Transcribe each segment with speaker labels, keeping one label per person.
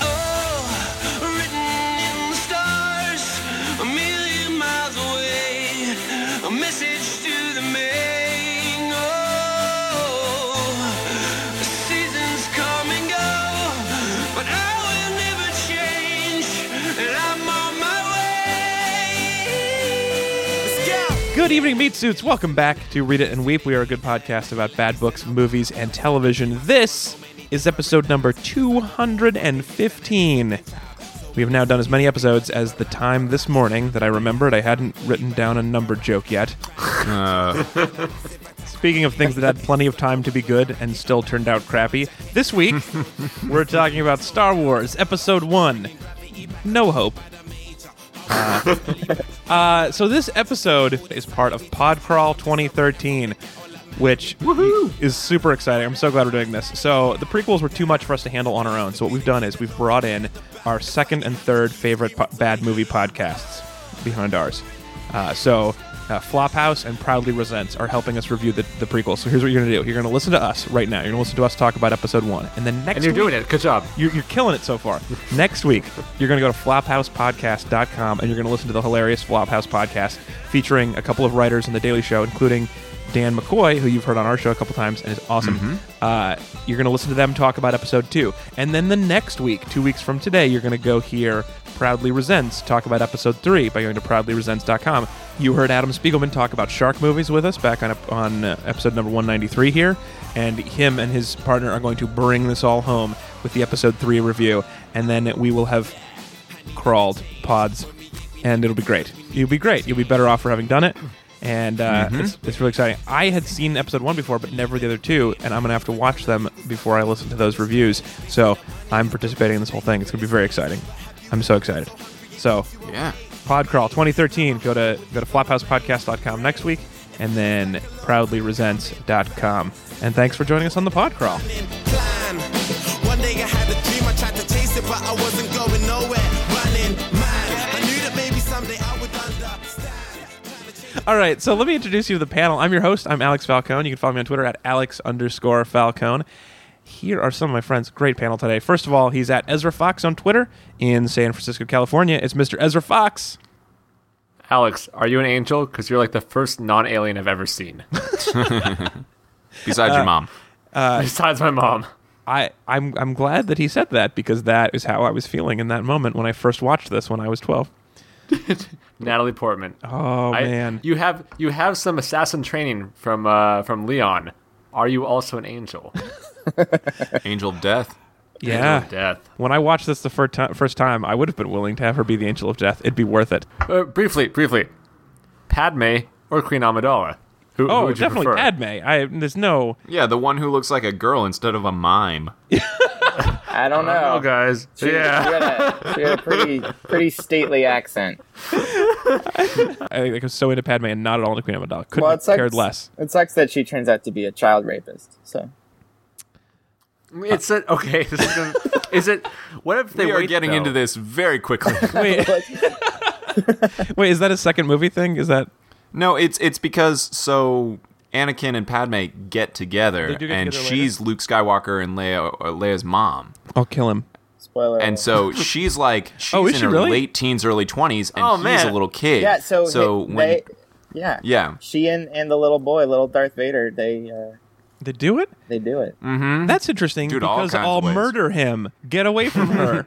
Speaker 1: Oh, Oh,
Speaker 2: Good evening, meat suits. Welcome back to Read It and Weep. We are a good podcast about bad books, movies, and television. This is episode number 215. We have now done as many episodes as the time this morning that I remembered. I hadn't written down a number joke yet. Speaking of things that had plenty of time to be good and still turned out crappy, this week we're talking about Star Wars Episode 1 No Hope. Uh, so this episode is part of Podcrawl 2013, which is super exciting. I'm so glad we're doing this. So the prequels were too much for us to handle on our own. So what we've done is we've brought in our second and third favorite po- bad movie podcasts behind ours. Uh, so uh, Flophouse and Proudly Resents are helping us review the, the prequels. So here's what you're gonna do: you're gonna listen to us right now. You're gonna listen to us talk about episode one, and then next
Speaker 3: And you're
Speaker 2: week-
Speaker 3: doing it. Good job.
Speaker 2: you're, you're killing it so far. Next week, you're going to go to flophousepodcast.com and you're going to listen to the hilarious Flophouse podcast featuring a couple of writers on The Daily Show, including Dan McCoy, who you've heard on our show a couple times and is awesome. Uh, you're going to listen to them talk about episode two. And then the next week, two weeks from today, you're going to go hear Proudly Resents talk about episode three by going to proudlyresents.com. You heard Adam Spiegelman talk about shark movies with us back on, on uh, episode number 193 here. And him and his partner are going to bring this all home with the episode three review. And then we will have crawled pods, and it'll be great. You'll be great. You'll be better off for having done it. And uh, it's, it's really exciting. I had seen episode one before, but never the other two, and I'm gonna have to watch them before I listen to those reviews. So I'm participating in this whole thing. It's gonna be very exciting. I'm so excited. So
Speaker 3: Yeah.
Speaker 2: Podcrawl 2013. Go to go to flophousepodcast.com next week, and then proudlyresents.com. And thanks for joining us on the Podcrawl.
Speaker 1: plan. One day I had a dream, I tried to chase it, but I wasn't going nowhere. Running mad. I knew that maybe someday I would understand.
Speaker 2: All right, so let me introduce you to the panel. I'm your host. I'm Alex Falcone. You can follow me on Twitter at alex underscore falcone. Here are some of my friends. Great panel today. First of all, he's at Ezra Fox on Twitter in San Francisco, California. It's Mr. Ezra Fox.
Speaker 3: Alex, are you an angel? Because you're like the first non alien I've ever seen,
Speaker 2: Uh,
Speaker 4: Besides your mom.
Speaker 3: besides my mom.
Speaker 2: I, I'm I'm glad that he said that because that is how I was feeling in that moment when I first watched this when I was 12.
Speaker 3: Natalie Portman.
Speaker 2: Oh man,
Speaker 3: you have you have some assassin training from uh, from Leon. Are you also an angel?
Speaker 4: Angel of Death.
Speaker 2: yeah.
Speaker 3: Angel of death.
Speaker 2: When I watched this the first time, first time, I would have been willing to have her be the angel of death. It'd be worth it.
Speaker 3: Uh, briefly, briefly. Padme or Queen Amidala? Who, who
Speaker 2: Oh,
Speaker 3: would you
Speaker 2: definitely
Speaker 3: prefer?
Speaker 2: Padme. I there's no
Speaker 4: Yeah, the one who looks like a girl instead of a mime.
Speaker 5: I don't know.
Speaker 3: Oh, guys.
Speaker 5: She, she,
Speaker 3: yeah.
Speaker 5: had a, she had a pretty, pretty stately accent.
Speaker 2: I think I was so into Padme and not at all into Queen Amidala. Couldn't
Speaker 5: Well,
Speaker 2: have
Speaker 5: it sucks.
Speaker 2: cared less.
Speaker 5: It sucks that she turns out to be a child rapist. So
Speaker 3: It's a, okay. This is, gonna, is it? What if they
Speaker 4: We are
Speaker 3: wait,
Speaker 4: getting
Speaker 3: though?
Speaker 4: into this very quickly.
Speaker 2: Wait, wait, is that a second movie thing? Is that
Speaker 4: no, it's it's because so Anakin and Padme get together,
Speaker 2: They do get
Speaker 4: and
Speaker 2: together
Speaker 4: she's Luke Skywalker and Leia, or Leia's mom,
Speaker 2: I'll kill him?
Speaker 5: spoiler.
Speaker 4: and
Speaker 5: alert.
Speaker 4: so she's like she's
Speaker 2: Oh, is
Speaker 4: in
Speaker 2: she
Speaker 4: her
Speaker 2: really?
Speaker 4: late teens, early twenties, and
Speaker 3: Oh,
Speaker 4: he's
Speaker 3: man.
Speaker 4: a little kid.
Speaker 5: yeah, so
Speaker 4: so
Speaker 5: they,
Speaker 4: when
Speaker 5: they- yeah,
Speaker 4: yeah,
Speaker 5: she and and the little boy, little Darth Vader, they uh,
Speaker 2: They do it?
Speaker 5: they do it.
Speaker 2: That's interesting
Speaker 4: Dude, all
Speaker 2: because
Speaker 4: kinds of
Speaker 2: I'll
Speaker 4: ways.
Speaker 2: murder him. Get away from her.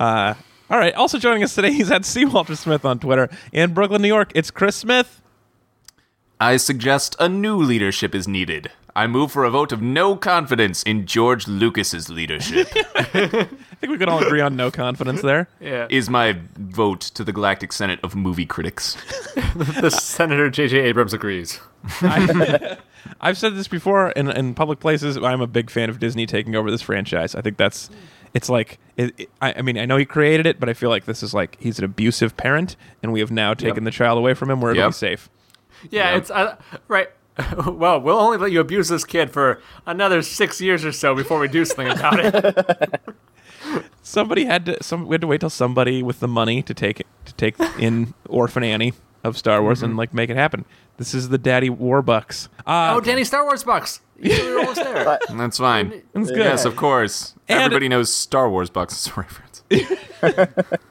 Speaker 2: uh, all right. Also joining us today, he's at C. Walter Smith on Twitter in Brooklyn, New York. It's Chris Smith.
Speaker 4: I suggest a new leadership is needed. I move for a vote of no confidence in George Lucas's leadership.
Speaker 2: I think we could all agree on no confidence there.
Speaker 3: Yeah.
Speaker 4: is my vote to the Galactic Senate of movie critics.
Speaker 3: the Senator J.J. Abrams agrees.
Speaker 2: I, I've said this before in, in public places. I'm a big fan of Disney taking over this franchise. I think that's it's like it, it- I, I mean I know he created it, but I feel like this is like he's an abusive parent, and we have now taken the child away from him. Where it'll be
Speaker 4: Yep.
Speaker 2: safe.
Speaker 3: Yeah,
Speaker 4: Yeah.
Speaker 3: it's uh, right. Well, we'll only let you abuse this kid for another six years or so before we do something about it.
Speaker 2: Somebody had to some we had to wait till somebody with the money to take it to take in Orphan Annie of Star Wars and like make it happen. This is the daddy warbucks. Uh,
Speaker 3: Oh, Danny, Star Wars bucks. You were almost there.
Speaker 4: That's fine.
Speaker 2: it's good.
Speaker 4: Yes, of course.
Speaker 2: And-
Speaker 4: Everybody knows Star Wars Bucks is a reference.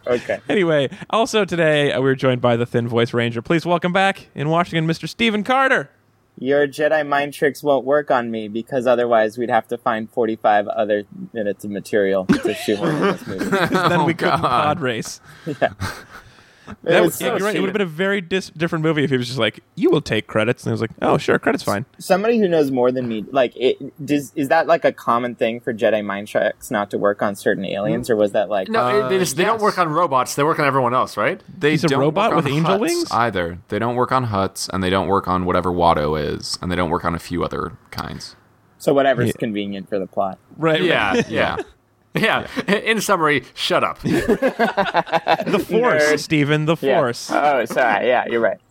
Speaker 5: Okay,
Speaker 2: Anyway, also today uh, we were joined by the Thin Voice Ranger. Please welcome back in Washington, Mr. Stephen Carter.
Speaker 5: your Jedi mind tricks won't work on me because otherwise we'd have to find forty five other minutes of material to shoehorn in this movie.
Speaker 2: then we
Speaker 4: Oh, God.
Speaker 2: couldn't pod race. That
Speaker 5: was
Speaker 2: would,
Speaker 5: so
Speaker 2: yeah, you're right. It
Speaker 5: cheap.
Speaker 2: would have been a very dis- different movie if he was just like, "You will take credits," and he was like, "Oh, sure, credits fine."
Speaker 5: Somebody who knows more than me, like, it, does, is that like a common thing for Jedi mind tricks not to work on certain aliens, or was that like
Speaker 3: Hmm? No, they just they don't work on robots. They work on everyone else, right?
Speaker 4: They
Speaker 2: He's a
Speaker 4: don't
Speaker 2: robot
Speaker 4: work on
Speaker 2: with angel
Speaker 4: huts
Speaker 2: wings?
Speaker 4: either. They don't work on huts, and they don't work on whatever Watto is, and they don't work on a few other kinds.
Speaker 5: so? Whatever's
Speaker 2: Yeah.
Speaker 5: convenient for the plot.
Speaker 2: Right.
Speaker 3: Yeah, yeah,
Speaker 4: Yeah,
Speaker 3: yeah. In summary, shut up.
Speaker 2: The Force,
Speaker 5: Nerd.
Speaker 2: Stephen. The
Speaker 5: Yeah.
Speaker 2: Force.
Speaker 5: Oh, sorry. Yeah, you're right.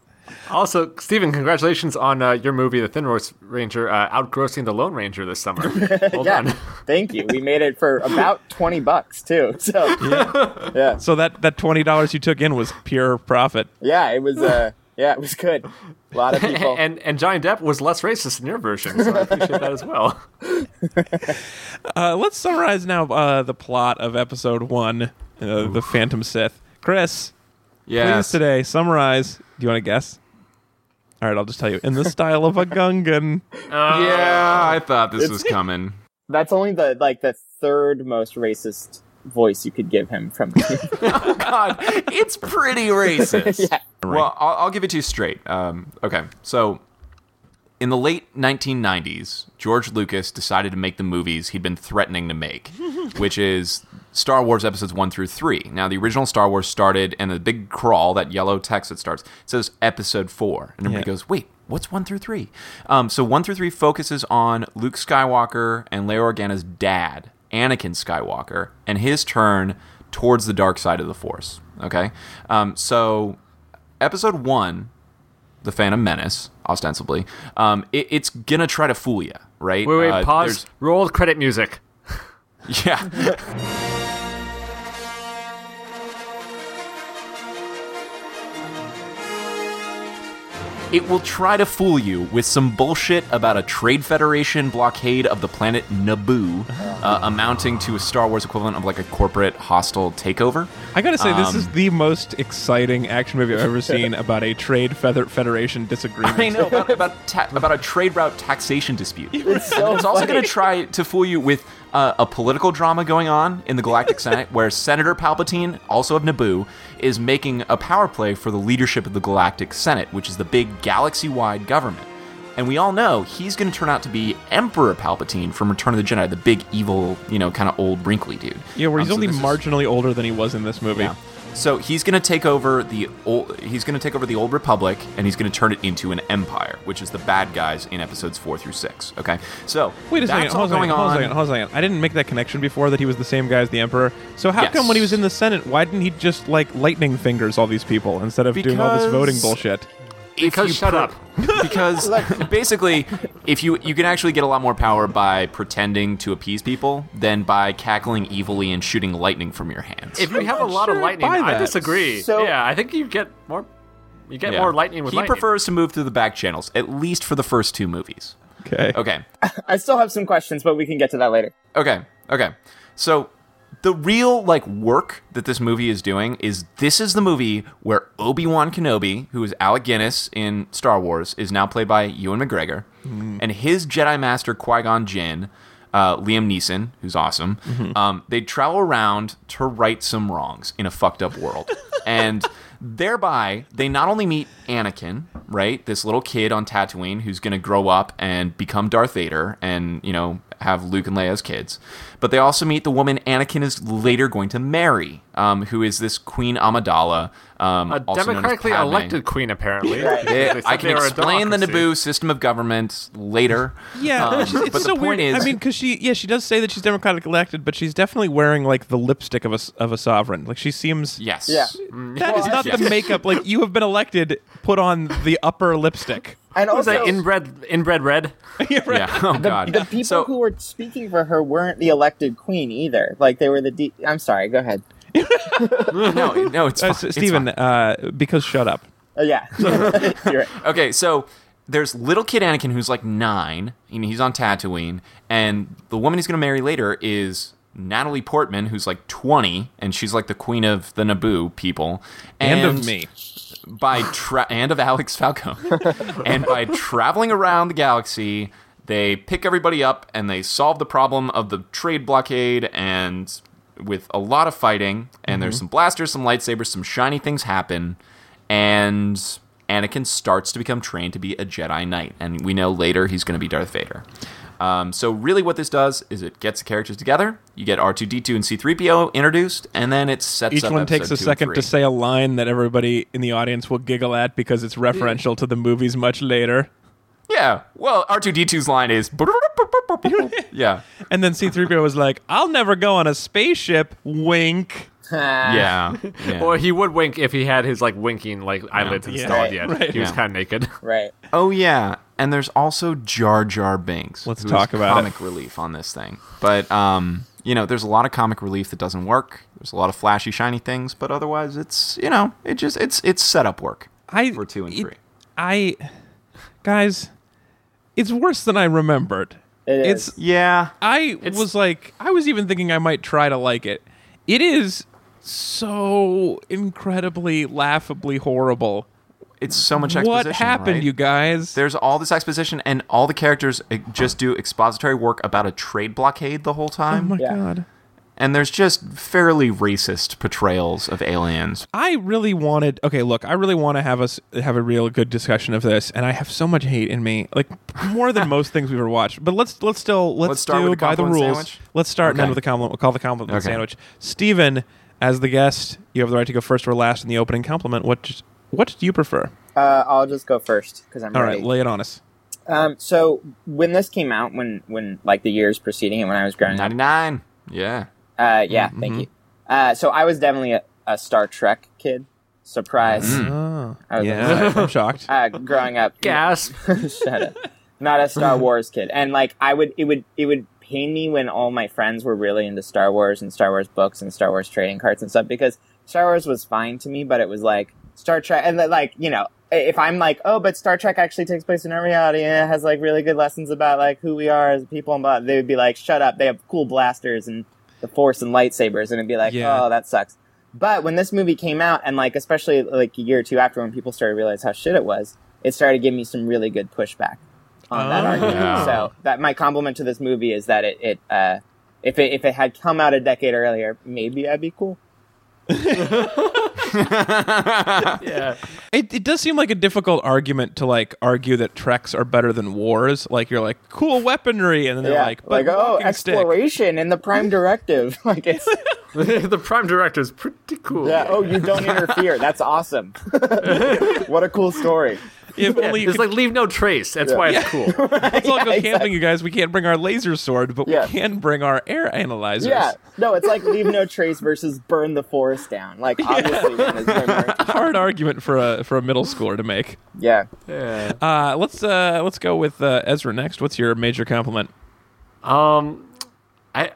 Speaker 3: Also, Stephen, congratulations on uh, your movie, The Thin Ro- Ranger, uh, outgrossing The Lone Ranger this summer. Well done.
Speaker 5: Thank you. We made it for about twenty bucks too. So yeah, yeah,
Speaker 2: So that that twenty dollars you took in was pure profit.
Speaker 5: it was. Uh, yeah, it was good. A lot of people.
Speaker 3: and and Johnny Depp was less racist in your version, so I appreciate that as well.
Speaker 2: Uh, let's summarize now uh, the plot of Episode One, uh, the Phantom Sith. Chris,
Speaker 4: yeah.
Speaker 2: please today summarize. Do you want to guess? All right, I'll just tell you. In the style of a Gungan.
Speaker 4: Yeah, I thought this
Speaker 5: It's-
Speaker 4: was coming.
Speaker 5: That's only the like the third most racist voice you could give him from.
Speaker 4: God, it's pretty racist.
Speaker 5: Yeah.
Speaker 4: Well, I'll, I'll give it to you straight. Um, okay, so in the late 1990s, George Lucas decided to make the movies he'd been threatening to make, which is Star Wars episodes one through three. Now, the original Star Wars started, and the big crawl, that yellow text that starts, says episode four, and everybody
Speaker 2: Yeah.
Speaker 4: goes, "Wait." What's one through three? Um, so one through three focuses on Luke Skywalker and Leia Organa's dad, Anakin Skywalker, and his turn towards the dark side of the Force. Okay, um, so episode one, the Phantom Menace, ostensibly, um, it, it's gonna try to fool you, right?
Speaker 3: Wait, wait,
Speaker 4: Uh,
Speaker 3: pause. Roll credit music.
Speaker 4: there's- Yeah, it will try to fool you with some bullshit about a Trade Federation blockade of the planet Naboo, uh, amounting to a Star Wars equivalent of like a corporate hostile takeover.
Speaker 2: I gotta say, this is
Speaker 4: Um,
Speaker 2: the most exciting action movie I've ever seen about a trade feather federation disagreement.
Speaker 4: I know about about, ta- about a trade route taxation dispute. It's,
Speaker 5: so
Speaker 4: also
Speaker 5: funny.
Speaker 4: going to try to fool you with uh, a political drama going on in the Galactic Senate, where Senator Palpatine, also of Naboo, is making a power play for the leadership of the Galactic Senate, which is the big galaxy-wide government. And we all know he's going to turn out to be Emperor Palpatine from Return of the Jedi, the big evil, you know, kind of old wrinkly dude.
Speaker 2: Yeah, where
Speaker 4: Um,
Speaker 2: he's
Speaker 4: so
Speaker 2: only
Speaker 4: this is-
Speaker 2: marginally older than he was in this movie.
Speaker 4: yeah. So he's going to take over the old. He's going to take over the old republic, and he's going to turn it into an empire, which is the bad guys in episodes four through six. Okay. So
Speaker 2: Wait a second,
Speaker 4: that's
Speaker 2: hold,
Speaker 4: all
Speaker 2: on a second,
Speaker 4: going
Speaker 2: hold on a
Speaker 4: on.
Speaker 2: second, hold on a second. I didn't make that connection before that he was the same guy as the Emperor. So how come when he was
Speaker 4: Yes.
Speaker 2: in the Senate, why didn't he just like lightning fingers all these people instead of doing all this
Speaker 4: Because-
Speaker 2: voting bullshit?
Speaker 4: If
Speaker 3: Because
Speaker 4: you
Speaker 3: shut
Speaker 4: pre-
Speaker 3: up.
Speaker 4: because basically, if you you can actually get a lot more power by pretending to appease people than by cackling evilly and shooting lightning from your hands.
Speaker 3: If you have a lot of
Speaker 2: sure I
Speaker 3: lightning,
Speaker 2: buy
Speaker 3: I
Speaker 2: that.
Speaker 3: disagree.
Speaker 5: So-
Speaker 3: yeah, I think you get more. You get
Speaker 4: Yeah.
Speaker 3: more lightning with
Speaker 4: he
Speaker 3: lightning.
Speaker 4: prefers to move through the back channels, at least for the first two movies.
Speaker 2: Okay.
Speaker 4: Okay.
Speaker 5: I still have some questions, but we can get to that later.
Speaker 4: Okay. Okay. So the real like work that this movie is doing is this is the movie where Obi-Wan Kenobi, who is Alec Guinness in Star Wars, is now played by Ewan McGregor, and his Jedi Master Qui-Gon Jinn, uh, Liam Neeson, who's awesome. Um, they travel around to right some wrongs in a fucked up world, and thereby they not only meet Anakin, right, this little kid on Tatooine who's going to grow up and become Darth Vader, and you know have Luke and Leia's kids, but they also meet the woman Anakin is later going to marry, um, who is this Queen Amidala, um,
Speaker 3: a
Speaker 4: also known as
Speaker 3: democratically
Speaker 4: Padme.
Speaker 3: elected queen, apparently.
Speaker 5: Right.
Speaker 3: They
Speaker 4: Yeah,
Speaker 3: said
Speaker 4: I can
Speaker 3: they were a
Speaker 4: explain the
Speaker 3: democracy.
Speaker 4: Naboo system of government later.
Speaker 2: Yeah,
Speaker 4: Um,
Speaker 2: it's, just- it's
Speaker 4: but
Speaker 2: so
Speaker 4: the
Speaker 2: weird.
Speaker 4: point is,
Speaker 2: I mean, because she, yeah, she does say that she's democratic elected, but she's definitely wearing like the lipstick of a s- of a sovereign. Like she seems.
Speaker 4: yes,
Speaker 5: Yeah.
Speaker 2: That is not the makeup. Like you have been elected, put on the upper lipstick. Uh,
Speaker 5: And
Speaker 3: Was
Speaker 5: also,
Speaker 3: that inbred inbred red?
Speaker 4: yeah. Oh God,
Speaker 5: the people
Speaker 4: So-
Speaker 5: who were speaking for her weren't the elected queen either. Like they were the. De- I'm sorry. Go ahead.
Speaker 4: no, no, it's
Speaker 2: Uh,
Speaker 4: fine. It's
Speaker 2: Stephen,
Speaker 4: fine.
Speaker 2: uh, because shut up.
Speaker 5: Uh, yeah, You're right.
Speaker 4: okay, so there's little kid Anakin who's like nine, and he's on Tatooine, and the woman he's going to marry later is Natalie Portman, who's like 20, and she's like the queen of the Naboo people.
Speaker 2: And, of me.
Speaker 4: by tra- and of Alex Falcone, and by traveling around the galaxy, they pick everybody up and they solve the problem of the trade blockade and with a lot of fighting, and there's
Speaker 2: Mm-hmm.
Speaker 4: some blasters, some lightsabers, some shiny things happen, and Anakin starts to become trained to be a Jedi Knight, and we know later he's going to be Darth Vader. Um, so really, what this does is it gets the characters together. You get R two D two and C three PO introduced, and then it sets
Speaker 2: Each
Speaker 4: up
Speaker 2: one takes
Speaker 4: episode
Speaker 2: a
Speaker 4: two and
Speaker 2: second
Speaker 4: three.
Speaker 2: to say a line that everybody in the audience will giggle at because it's referential to the movies much later.
Speaker 4: Yeah. Well, R two D 2s line is. yeah.
Speaker 2: And then C3PO was like, I'll never go on a spaceship, wink.
Speaker 4: Yeah. yeah.
Speaker 3: Or he would wink if he had his like winking like eyelids
Speaker 2: Yeah.
Speaker 3: installed
Speaker 5: Right,
Speaker 3: yet.
Speaker 2: right.
Speaker 3: He was
Speaker 4: Yeah.
Speaker 3: kind of naked.
Speaker 5: Right.
Speaker 4: Oh yeah, and there's also Jar Jar Binks.
Speaker 2: Let's
Speaker 4: who
Speaker 2: talk
Speaker 4: is
Speaker 2: about
Speaker 4: comic relief on this thing. But um, you know, there's a lot of comic relief that doesn't work. There's a lot of flashy, shiny things, but otherwise, it's you know, it just it's it's setup work.
Speaker 2: I,
Speaker 4: For two and
Speaker 2: it-
Speaker 4: three.
Speaker 2: I, guys, it's worse than I remembered.
Speaker 5: It
Speaker 2: it's
Speaker 5: is.
Speaker 4: Yeah,
Speaker 2: I was like, I was even thinking I might try to like it. It is so incredibly laughably horrible.
Speaker 4: it's so much
Speaker 2: What
Speaker 4: exposition.
Speaker 2: happened,
Speaker 4: right?
Speaker 2: you guys?
Speaker 4: There's all this exposition, and all the characters eh, just do expository work about a trade blockade the whole
Speaker 2: oh
Speaker 4: time.
Speaker 2: my
Speaker 5: Yeah.
Speaker 2: god.
Speaker 4: and there's just fairly racist portrayals of aliens.
Speaker 2: I really wanted. Okay, look, I really want to have us have a real good discussion of this, and I have so much hate in me, like more than most things we've ever watched. But let's let's still let's,
Speaker 4: Let's start
Speaker 2: do
Speaker 4: with the
Speaker 2: by the
Speaker 4: compliment
Speaker 2: rules.
Speaker 4: sandwich?
Speaker 2: Let's start then
Speaker 4: Okay.
Speaker 2: with the compliment. We'll call the compliment
Speaker 4: Okay.
Speaker 2: sandwich. Steven, as the guest, you have the right to go first or last in the opening compliment. What what do you prefer?
Speaker 5: Uh, I'll just go first because I'm
Speaker 2: All
Speaker 5: ready.
Speaker 2: right, lay it on us.
Speaker 5: Um, so when this came out, when when like the years preceding it, when I was growing up,
Speaker 4: Ninety Mm-hmm, nine. Yeah.
Speaker 5: uh, yeah, thank you. Uh, so I was definitely a, a Star Trek kid. Surprise!
Speaker 4: Mm-hmm. Ah.
Speaker 2: Oh,
Speaker 5: I was
Speaker 2: yeah, I'm shocked.
Speaker 5: Uh, growing up,
Speaker 3: Gasp.
Speaker 5: Shut up. Not a Star Wars kid. And like I would it would it would pain me when all my friends were really into Star Wars and Star Wars books and Star Wars trading cards and stuff because Star Wars was fine to me, but it was like Star Trek and like, you know, if I'm like, oh, but Star Trek actually takes place in our reality and it has like really good lessons about like who we are as people and blah, they would be like, shut up. They have cool blasters and the Force and lightsabers, and it'd be like,
Speaker 2: Yeah.
Speaker 5: oh, that sucks. But when this movie came out, and like especially like a year or two after, when people started to realize how shit it was, it started giving me some really good pushback on that
Speaker 2: Oh.
Speaker 5: argument.
Speaker 4: Yeah.
Speaker 5: So that my compliment to this movie is that it, it uh, if it if it had come out a decade earlier, maybe I'd be cool.
Speaker 3: yeah.
Speaker 2: It, it does seem like a difficult argument to like argue that treks are better than wars. Like you're like cool weaponry, and then they're
Speaker 5: yeah,
Speaker 2: like, but
Speaker 5: oh,
Speaker 2: walking stick.
Speaker 5: exploration in the Prime Directive. like it's
Speaker 3: the prime director is pretty cool.
Speaker 5: yeah. Oh, you don't interfere. That's awesome. what a cool story.
Speaker 2: If
Speaker 3: Yeah,
Speaker 2: only you
Speaker 3: it's
Speaker 2: could
Speaker 3: like leave no trace. That's why it's cool.
Speaker 2: Let's all go
Speaker 5: Yeah,
Speaker 2: camping, you guys. We can't bring our laser sword, but
Speaker 5: Yeah.
Speaker 2: we can bring our air analyzers.
Speaker 5: Yeah, no, it's like leave no trace versus burn the forest down. Like obviously, one is way more-
Speaker 2: Hard argument for a for a middle schooler to make.
Speaker 5: yeah.
Speaker 3: Yeah.
Speaker 2: Uh, let's uh, let's go with uh, Ezra next. What's your major compliment?
Speaker 3: Um, I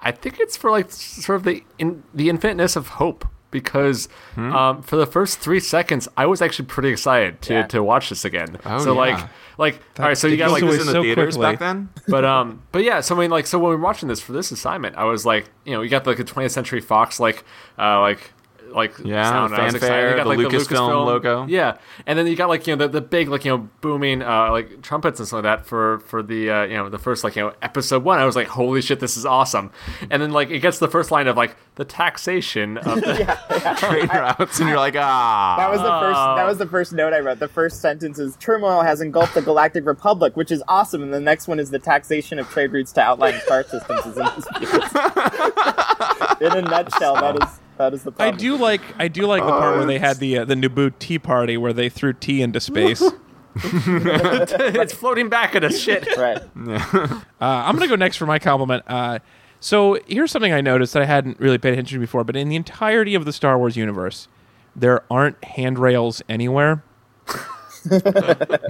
Speaker 3: I think it's for like sort of the in, the infiniteness of hope because
Speaker 4: Hmm?
Speaker 3: um, for the first three seconds I was actually pretty excited to,
Speaker 5: Yeah.
Speaker 3: to watch this again.
Speaker 4: Oh,
Speaker 3: so
Speaker 4: yeah.
Speaker 3: like like all right, so you
Speaker 2: did
Speaker 3: got
Speaker 2: you
Speaker 3: like
Speaker 2: see
Speaker 3: this
Speaker 2: what so
Speaker 3: in
Speaker 2: quickly.
Speaker 4: back then.
Speaker 3: but um but yeah so i mean like so when we were watching this for this assignment i was like you know you got like a 20th century fox like uh like like
Speaker 4: Yeah,
Speaker 3: sound. I was
Speaker 4: fanfare,
Speaker 3: excited. You got,
Speaker 4: the
Speaker 3: like,
Speaker 4: Lucasfilm logo.
Speaker 3: yeah and then you got like you know the, the big like you know booming uh like trumpets and stuff like that for for the uh you know the first like you know episode one i was like holy shit this is awesome and then like it gets the first line of like the taxation of the
Speaker 4: Train routes, and you're like, ah.
Speaker 5: That was the first.
Speaker 2: Oh.
Speaker 5: That was the first note I wrote. The first sentence is turmoil has engulfed the Galactic Republic, which is awesome. And the next one is the taxation of trade routes to outlying star systems is in dispute. in a nutshell, that is that is the
Speaker 2: I
Speaker 5: problem.
Speaker 2: do like I do like the part where they had the uh, the Naboo tea party where they threw tea into space. uh,
Speaker 3: it's floating back at us shit
Speaker 5: right.
Speaker 2: I'm gonna go next for my compliment. Uh, so here's something I noticed that I hadn't really paid attention to before, but in the entirety of the Star Wars universe, there aren't handrails anywhere.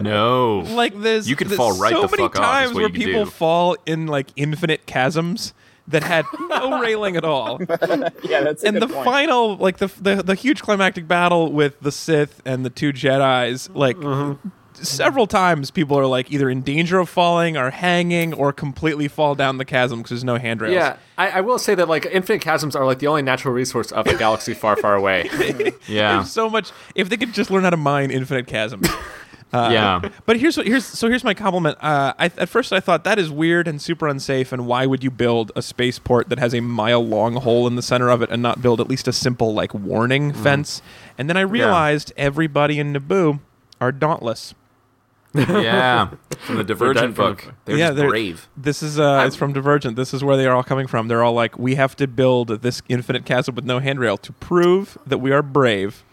Speaker 4: no.
Speaker 2: like this.
Speaker 4: You could
Speaker 2: there's
Speaker 4: fall right
Speaker 2: so
Speaker 4: the
Speaker 2: many
Speaker 4: fuck off, is
Speaker 2: times
Speaker 4: what
Speaker 2: where
Speaker 4: you could
Speaker 2: people
Speaker 4: do.
Speaker 2: fall in like infinite chasms that had no railing at all.
Speaker 5: Yeah, that's a
Speaker 2: and the
Speaker 5: good point.
Speaker 2: final, like the, the the huge climactic battle with the Sith and the two Jedi's, like.
Speaker 4: Mm-hmm.
Speaker 2: Several times, people are like either in danger of falling, or hanging, or completely fall down the chasm because there's no handrails.
Speaker 3: yeah I, I will say that like infinite chasms are like the only natural resource of a galaxy far far away
Speaker 4: Yeah.
Speaker 2: so much. If they could just learn how to mine infinite chasms,
Speaker 3: yeah.
Speaker 2: But here's what here's so here's my compliment. Uh, I, at first, I thought that is weird and super unsafe, and why would you build a spaceport that has a mile long hole in the center of it and not build at least a simple like warning
Speaker 4: Mm-hmm.
Speaker 2: fence? And then I realized everybody in Naboo are dauntless.
Speaker 4: Yeah, from the Divergent
Speaker 3: from the-
Speaker 4: book. They're
Speaker 2: yeah,
Speaker 4: just
Speaker 2: they're-
Speaker 4: brave.
Speaker 2: This is uh, it's from Divergent. This is where they are all coming from. They're all like, we have to build this infinite chasm with no handrail to prove that we are brave.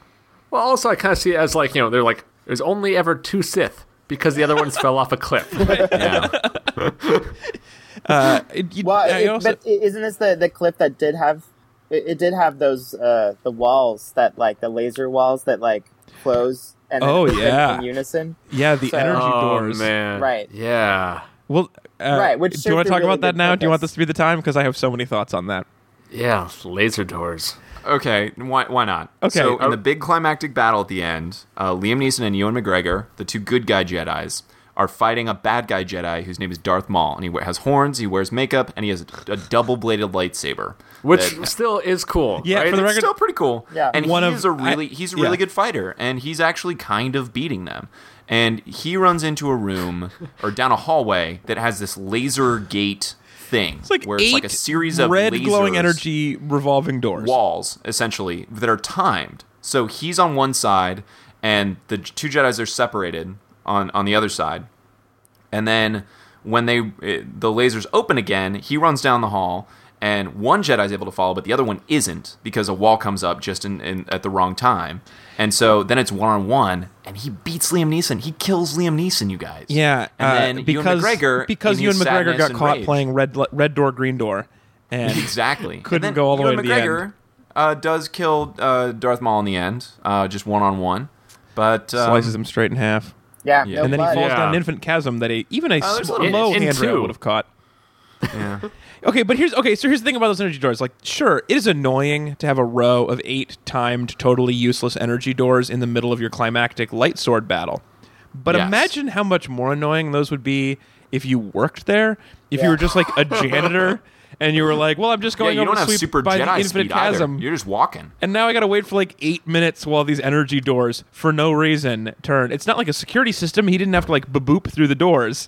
Speaker 3: Well, also I kind of see it as like you know they're like there's only ever two Sith because the other ones fell off a cliff.
Speaker 4: Yeah.
Speaker 2: It- you-
Speaker 5: Well,
Speaker 2: I
Speaker 5: it-
Speaker 2: also-
Speaker 5: but i- isn't this the the clip that did have? It, it did have those uh, the walls that like the laser walls that like close and then
Speaker 2: Oh,
Speaker 5: open
Speaker 2: yeah.
Speaker 5: in unison.
Speaker 2: yeah, the
Speaker 5: so-
Speaker 2: energy
Speaker 3: oh
Speaker 2: doors.
Speaker 3: man.
Speaker 5: Right.
Speaker 3: Yeah.
Speaker 2: Well, uh,
Speaker 5: Right, which
Speaker 2: do you want
Speaker 5: served
Speaker 2: to
Speaker 5: a
Speaker 2: talk
Speaker 5: really
Speaker 2: about that
Speaker 5: good
Speaker 2: now? Do you want
Speaker 5: purpose.
Speaker 2: this to be the time? Because I have so many thoughts on that.
Speaker 3: Yeah. Laser doors.
Speaker 4: Okay, why, why not?
Speaker 2: Okay.
Speaker 4: So,
Speaker 2: Oh.
Speaker 4: in the big climactic battle at the end, uh, Liam Neeson and Ewan McGregor, the two good guy Jedi's, are fighting a bad guy Jedi whose name is Darth Maul, and he we- has horns, he wears makeup, and he has a, a double bladed lightsaber.
Speaker 3: Which
Speaker 4: that-
Speaker 3: still is cool.
Speaker 2: Yeah,
Speaker 3: right?
Speaker 2: for the
Speaker 4: it's
Speaker 2: record-
Speaker 4: still pretty cool.
Speaker 5: Yeah.
Speaker 4: and
Speaker 2: One
Speaker 4: he
Speaker 2: of-
Speaker 4: is a really
Speaker 2: I-
Speaker 4: he's a really
Speaker 2: yeah.
Speaker 4: good fighter, and he's actually kind of beating them. And he runs into a room or down a hallway that has this laser gate thing.
Speaker 2: It's like
Speaker 4: where
Speaker 2: eight
Speaker 4: it's like a series of
Speaker 2: red glowing
Speaker 4: lasers
Speaker 2: energy revolving doors.
Speaker 4: walls essentially that are timed. So he's on one side, and the two Jedi's are separated on on the other side. And then when they it, the lasers open again, he runs down the hall, and one Jedi's able to follow, but the other one isn't because a wall comes up just in, in at the wrong time. And so then it's one on one, and he beats Liam Neeson. He kills Liam Neeson, you guys.
Speaker 2: Yeah,
Speaker 4: and
Speaker 2: uh,
Speaker 4: then Ewan
Speaker 2: because
Speaker 4: McGregor
Speaker 2: because
Speaker 4: in his
Speaker 2: Ewan McGregor
Speaker 4: sadness
Speaker 2: got
Speaker 4: and
Speaker 2: caught
Speaker 4: rage-
Speaker 2: playing red li- red door green door, and
Speaker 4: Exactly.
Speaker 2: Couldn't
Speaker 4: And then
Speaker 2: go all the way
Speaker 4: Ewan
Speaker 2: to the end.
Speaker 4: McGregor, Uh, does kill uh, Darth Maul in the end, uh, just one on one. But um,
Speaker 2: slices him straight in half,
Speaker 5: Yeah,
Speaker 4: Yeah.
Speaker 5: no
Speaker 2: and then he
Speaker 5: blood.
Speaker 2: falls
Speaker 3: Yeah.
Speaker 2: down an infinite chasm that a even a
Speaker 4: Oh, there's
Speaker 2: sm-
Speaker 4: little
Speaker 2: low
Speaker 3: bits. In
Speaker 2: handrail
Speaker 3: two.
Speaker 2: would have caught.
Speaker 4: yeah.
Speaker 2: Okay, but here's okay. So here's the thing about those energy doors. Like, sure, it is annoying to have a row of eight timed, totally useless energy doors in the middle of your climactic light sword battle. But
Speaker 4: Yes.
Speaker 2: imagine how much more annoying those would be if you worked there. If you
Speaker 5: Yeah.
Speaker 2: were just like a janitor and you were like, "Well, I'm just
Speaker 4: yeah,
Speaker 2: going
Speaker 4: you
Speaker 2: over
Speaker 4: don't
Speaker 2: to
Speaker 4: have
Speaker 2: sweep
Speaker 4: super
Speaker 2: by the
Speaker 4: Jedi
Speaker 2: infinite
Speaker 4: speed either.
Speaker 2: chasm,"
Speaker 4: You're just walking.
Speaker 2: and now I got to wait for like eight minutes while these energy doors, for no reason, turn. It's not like a security system. He didn't have to like boop through the doors.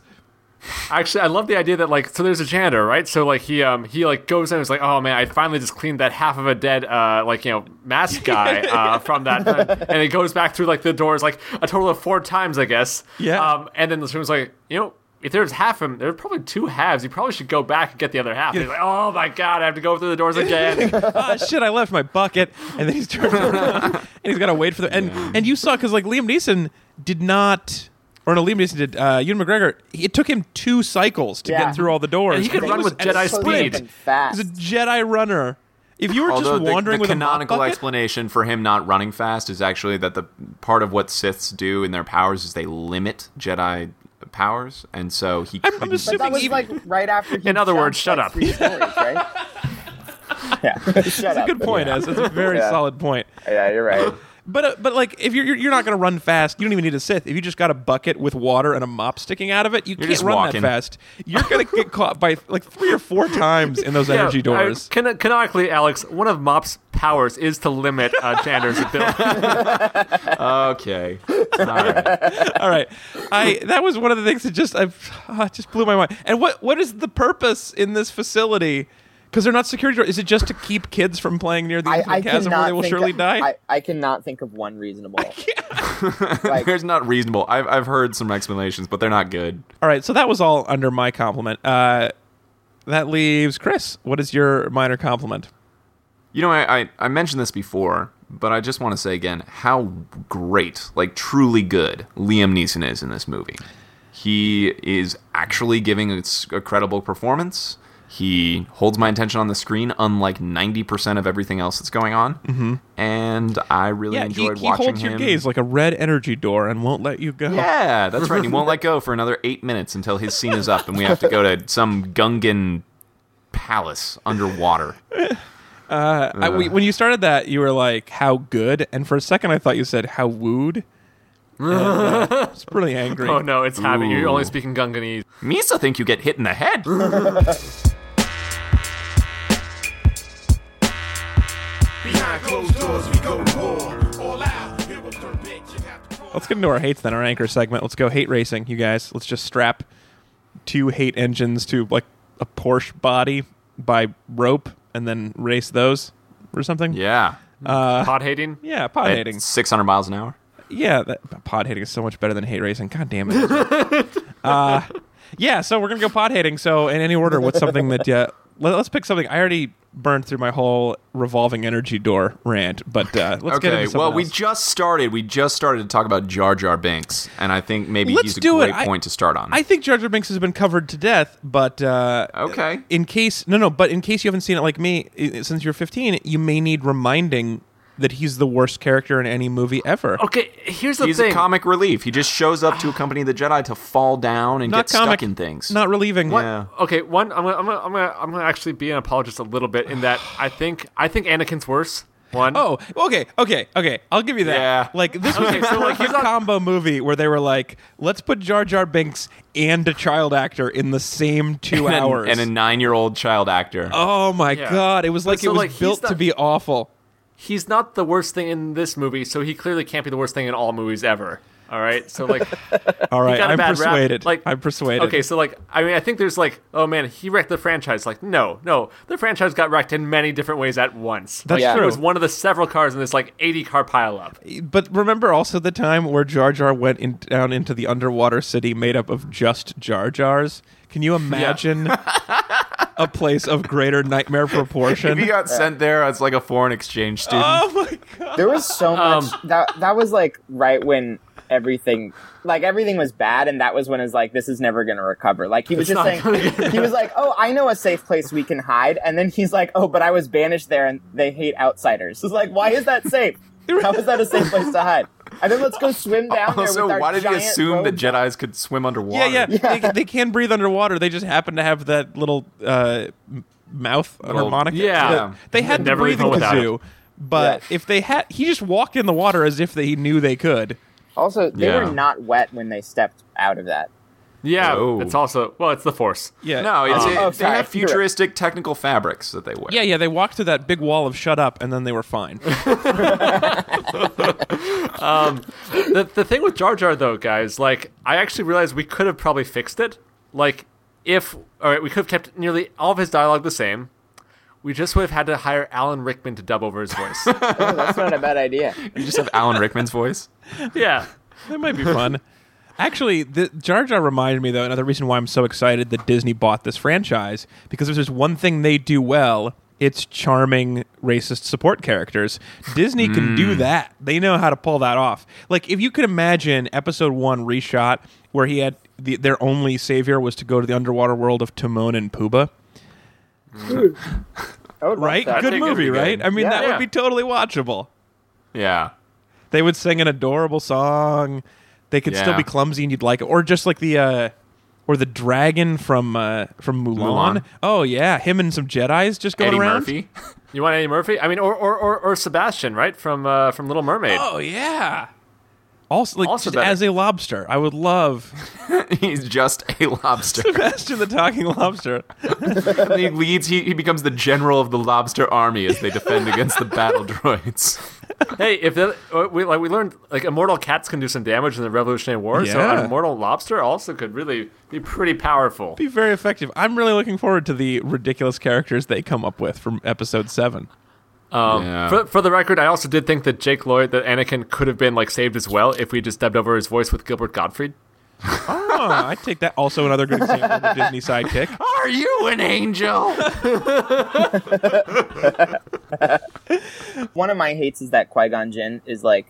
Speaker 3: Actually, I love the idea that like so there's a janitor, right? So like he um he like goes in and is like, oh man, I finally just cleaned that half of a dead uh like you know mask guy uh from that, and it goes back through like the doors like a total of four times, I guess.
Speaker 2: Yeah.
Speaker 3: Um, and then the room's like, you know. If there's half of him, there's probably two halves. You probably should go back and get the other half. And He's like, "Oh my god, I have to go through the doors again."
Speaker 2: ah, shit, I left my bucket. And then he's turned around and he's got to wait for the. And, and you saw, because like Liam Neeson did not, or no, Liam Neeson did, uh, Ewan McGregor, it took him two cycles to
Speaker 5: Yeah.
Speaker 2: get through all the doors.
Speaker 3: And he could
Speaker 2: And
Speaker 3: run
Speaker 2: was
Speaker 3: with
Speaker 2: at a
Speaker 3: Jedi
Speaker 2: sprint.
Speaker 3: speed.
Speaker 5: Fast.
Speaker 2: He's a Jedi runner. If you were
Speaker 4: Although
Speaker 2: just
Speaker 4: the,
Speaker 2: wandering
Speaker 4: the
Speaker 2: with a
Speaker 4: canonical
Speaker 2: mop bucket,
Speaker 4: explanation for him not running fast is actually that the part of what Siths do in their powers is they limit Jedi powers, and so he.
Speaker 2: I'm- I'm
Speaker 4: couldn't-
Speaker 2: assuming-
Speaker 5: But that was
Speaker 2: even-
Speaker 5: like right after. He
Speaker 3: In other words,
Speaker 5: jumped,
Speaker 3: shut up.
Speaker 5: like, three stories, right? yeah, shut up.
Speaker 2: that's a good point, Ez. That's a very
Speaker 5: Yeah.
Speaker 2: solid point.
Speaker 5: Yeah, you're right.
Speaker 2: But uh, but like if you're you're, you're not going to run fast, you don't even need a Sith. If you just got a bucket with water and a mop sticking out of it, you can't
Speaker 4: just
Speaker 2: run
Speaker 4: walking.
Speaker 2: that fast. You're going to get caught by like three or four times in those
Speaker 3: Yeah,
Speaker 2: energy doors.
Speaker 3: I- cano- canonically, Alex, one of Mop's powers is to limit uh, janitors' ability.
Speaker 4: okay. All right.
Speaker 2: All right, I that was one of the things that just I ah, it just blew my mind. And what what is the purpose in this facility? Because they're not security doors. Is it just to keep kids from playing near the
Speaker 5: I,
Speaker 2: infinite
Speaker 5: I
Speaker 2: chasm where
Speaker 5: cannot
Speaker 2: they will
Speaker 5: think
Speaker 2: surely
Speaker 5: of,
Speaker 2: die?
Speaker 5: I, I cannot think of one reasonable. like,
Speaker 4: There's not reasonable. I've, I've heard some explanations, but they're not good.
Speaker 2: all right, so that was all under my compliment. Uh, that leaves Chris. What is your minor compliment?
Speaker 4: You know, I, I, I mentioned this before, but I just want to say again how great, like truly good, Liam Neeson is in this movie. He is actually giving a, s- a credible performance. He holds my attention on the screen, unlike 90% of everything else that's going on. Mm-hmm. And I really
Speaker 2: Yeah, he,
Speaker 4: enjoyed
Speaker 2: he
Speaker 4: watching
Speaker 2: holds
Speaker 4: him.
Speaker 2: your gaze like a red energy door and won't let you go.
Speaker 4: yeah, that's right. He won't let go for another eight minutes until his scene is up and we have to go to some Gungan palace underwater.
Speaker 2: I, we- when you started that, you were like, "How good?" And for a second, I thought you said, "How wooed." And, uh, I was pretty angry.
Speaker 3: oh no, it's habit. You're only
Speaker 4: Ooh.
Speaker 3: speaking Gunganese.
Speaker 4: Misa think you get hit in the head.
Speaker 1: Behind closed doors, we go to war. All out. Here was the bitch, you got the call.
Speaker 2: Let's get into our hates then, our anchor segment. Let's go hate racing, you guys. Let's just strap two hate engines to like a Porsche body by rope and then race those or something.
Speaker 4: Yeah.
Speaker 3: Pod hating.
Speaker 2: Yeah, pod
Speaker 4: At
Speaker 2: hating.
Speaker 4: 600 miles an hour.
Speaker 2: Yeah, that, pod hating is so much better than hate racing. God damn it. uh, yeah, so we're gonna go pod hating. So in any order, what's something that uh, let, us pick something. I already burned through my whole revolving energy door rant, but uh, let's get
Speaker 4: okay.
Speaker 2: into something
Speaker 4: Well, we
Speaker 2: else.
Speaker 4: just started. We just started to talk about Jar Jar Binks, and I think maybe
Speaker 2: Let's
Speaker 4: he's a
Speaker 2: do
Speaker 4: great
Speaker 2: it. I-
Speaker 4: point to start on.
Speaker 2: I think Jar Jar Binks has been covered to death, but uh,
Speaker 4: Okay.
Speaker 2: In case no, no, but in case you haven't seen it like me i- since you're 15, you may need reminding that he's the worst character in any movie ever.
Speaker 3: Okay, here's the
Speaker 4: he's
Speaker 3: thing.
Speaker 4: a comic relief. He just shows up to accompany the Jedi to fall down and
Speaker 2: Not
Speaker 4: get
Speaker 2: comic,
Speaker 4: stuck in things.
Speaker 2: Not relieving.
Speaker 4: Yeah.
Speaker 3: Okay, one. I'm gonna, I'm gonna, I'm gonna, I'm gonna actually be an apologist a little bit in that I think I think Anakin's worse. One.
Speaker 2: Oh, okay, okay, okay. I'll give you that.
Speaker 4: Yeah.
Speaker 2: Like this was
Speaker 3: Okay, so, like,
Speaker 2: a
Speaker 3: he's not-
Speaker 2: combo movie where they were like, let's put Jar Jar Binks and a child actor in the same two
Speaker 4: and, a-
Speaker 2: hours.
Speaker 4: and a nine-year-old child actor.
Speaker 2: oh my
Speaker 3: Yeah.
Speaker 2: god, it was like
Speaker 3: so,
Speaker 2: it was
Speaker 3: like, he's
Speaker 2: built to
Speaker 3: not-
Speaker 2: be awful.
Speaker 3: he's not the worst thing in this movie, so he clearly can't be the worst thing in all movies ever. All right, so like,
Speaker 2: All right,
Speaker 3: got a
Speaker 2: I'm
Speaker 3: bad rap.
Speaker 2: persuaded.
Speaker 3: Like-
Speaker 2: I'm persuaded.
Speaker 3: okay, so like, I mean, I think there's like, oh man, he wrecked the franchise. Like, no, no, the franchise got wrecked in many different ways at once.
Speaker 2: That's
Speaker 3: Like, he
Speaker 5: true.
Speaker 3: was one of the several cars in this like 80 car pileup.
Speaker 2: But remember also the time where Jar Jar went in, down into the underwater city made up of just Jar Jars? Can you imagine a place of greater nightmare proportion?
Speaker 4: He got sent there as like a foreign exchange student.
Speaker 2: oh my god.
Speaker 5: There was so
Speaker 3: Um,
Speaker 5: much that that was like right when everything like everything was bad and that was when it was like this is never going to recover. Like he was just
Speaker 3: not gonna get
Speaker 5: saying he was like, "Oh, I know a safe place we can hide." And then he's like, "Oh, but I was banished there and they hate outsiders." It's like, "Why is that safe? How is that a safe place to hide?" And then let's go swim down there
Speaker 4: also,
Speaker 5: with our
Speaker 4: why did he
Speaker 5: giant
Speaker 4: assume that
Speaker 5: robes.
Speaker 4: Jedi's could swim underwater?
Speaker 2: Yeah, yeah. They, they can breathe underwater. They just happen to have that little uh, m- mouth harmonica.
Speaker 3: yeah.
Speaker 2: That- They had the
Speaker 3: Never leave
Speaker 2: breathing
Speaker 3: home without
Speaker 2: kazoo. But if they had, he just walked in the water as if they knew they could.
Speaker 5: Also, they
Speaker 4: Yeah.
Speaker 5: were not wet when they stepped out of that.
Speaker 3: Yeah,
Speaker 4: Oh.
Speaker 3: it's also well, it's the Force.
Speaker 2: Yeah.
Speaker 4: No, it's, it,
Speaker 5: oh,
Speaker 4: they
Speaker 5: sorry.
Speaker 4: have futuristic technical fabrics that they wear.
Speaker 2: Yeah, yeah. They walked through that big wall of shut up, and then they were fine.
Speaker 3: the, the thing with Jar Jar though, guys, like I actually realized we could have probably fixed it. Like if all right, we could have kept nearly all of his dialogue the same. We just would have had to hire Alan Rickman to dub over his voice.
Speaker 5: Oh, that's not a bad idea.
Speaker 4: You just have Alan Rickman's voice.
Speaker 3: yeah.
Speaker 2: That might be fun. Actually, the, Jar Jar reminded me though another reason why I'm so excited that Disney bought this franchise because if there's one thing they do well, it's charming racist support characters. Disney can do that. They know how to pull that off. Like if you could imagine Episode One reshot where he had the, their only savior was to go to the underwater world of Timon and Pumbaa.
Speaker 5: I would love
Speaker 2: Right,
Speaker 5: that.
Speaker 2: good
Speaker 3: think it'd be
Speaker 2: movie,
Speaker 3: good.
Speaker 2: right? I mean,
Speaker 5: Yeah.
Speaker 2: that would
Speaker 3: Yeah.
Speaker 2: be totally watchable.
Speaker 4: Yeah.
Speaker 2: they would sing an adorable song. They could still
Speaker 4: Yeah.
Speaker 2: be clumsy and you'd like it, or just like the uh, or the dragon from uh, from Mulan.
Speaker 4: Mulan.
Speaker 2: Oh yeah, him and some Jedi's just going
Speaker 4: Eddie
Speaker 2: around.
Speaker 4: Murphy.
Speaker 3: You want Eddie Murphy? I mean, or or, or, or Sebastian, right from uh, from Little Mermaid.
Speaker 2: Oh yeah. Also, like
Speaker 3: Also
Speaker 2: just
Speaker 3: better.
Speaker 2: as a lobster, I would love
Speaker 4: He's just a lobster.
Speaker 2: Sebastian the talking lobster.
Speaker 4: And he leads. He, he becomes the general of the lobster army as they defend against the battle droids.
Speaker 3: Hey, if the, uh, we like we learned like immortal cats can do some damage in the Revolutionary War, so
Speaker 2: Yeah.
Speaker 3: an immortal lobster also could really be pretty powerful.
Speaker 2: Be very effective. I'm really looking forward to the ridiculous characters they come up with from episode seven.
Speaker 3: Um,
Speaker 4: Yeah.
Speaker 3: for, for the record, I also did think that Jake Lloyd, that Anakin could have been like saved as well if we just dubbed over his voice with Gilbert Gottfried.
Speaker 2: Oh, I take that. Also, another good example of a Disney sidekick.
Speaker 4: Are you an angel?
Speaker 5: one of my hates is that Qui Gon Jinn is like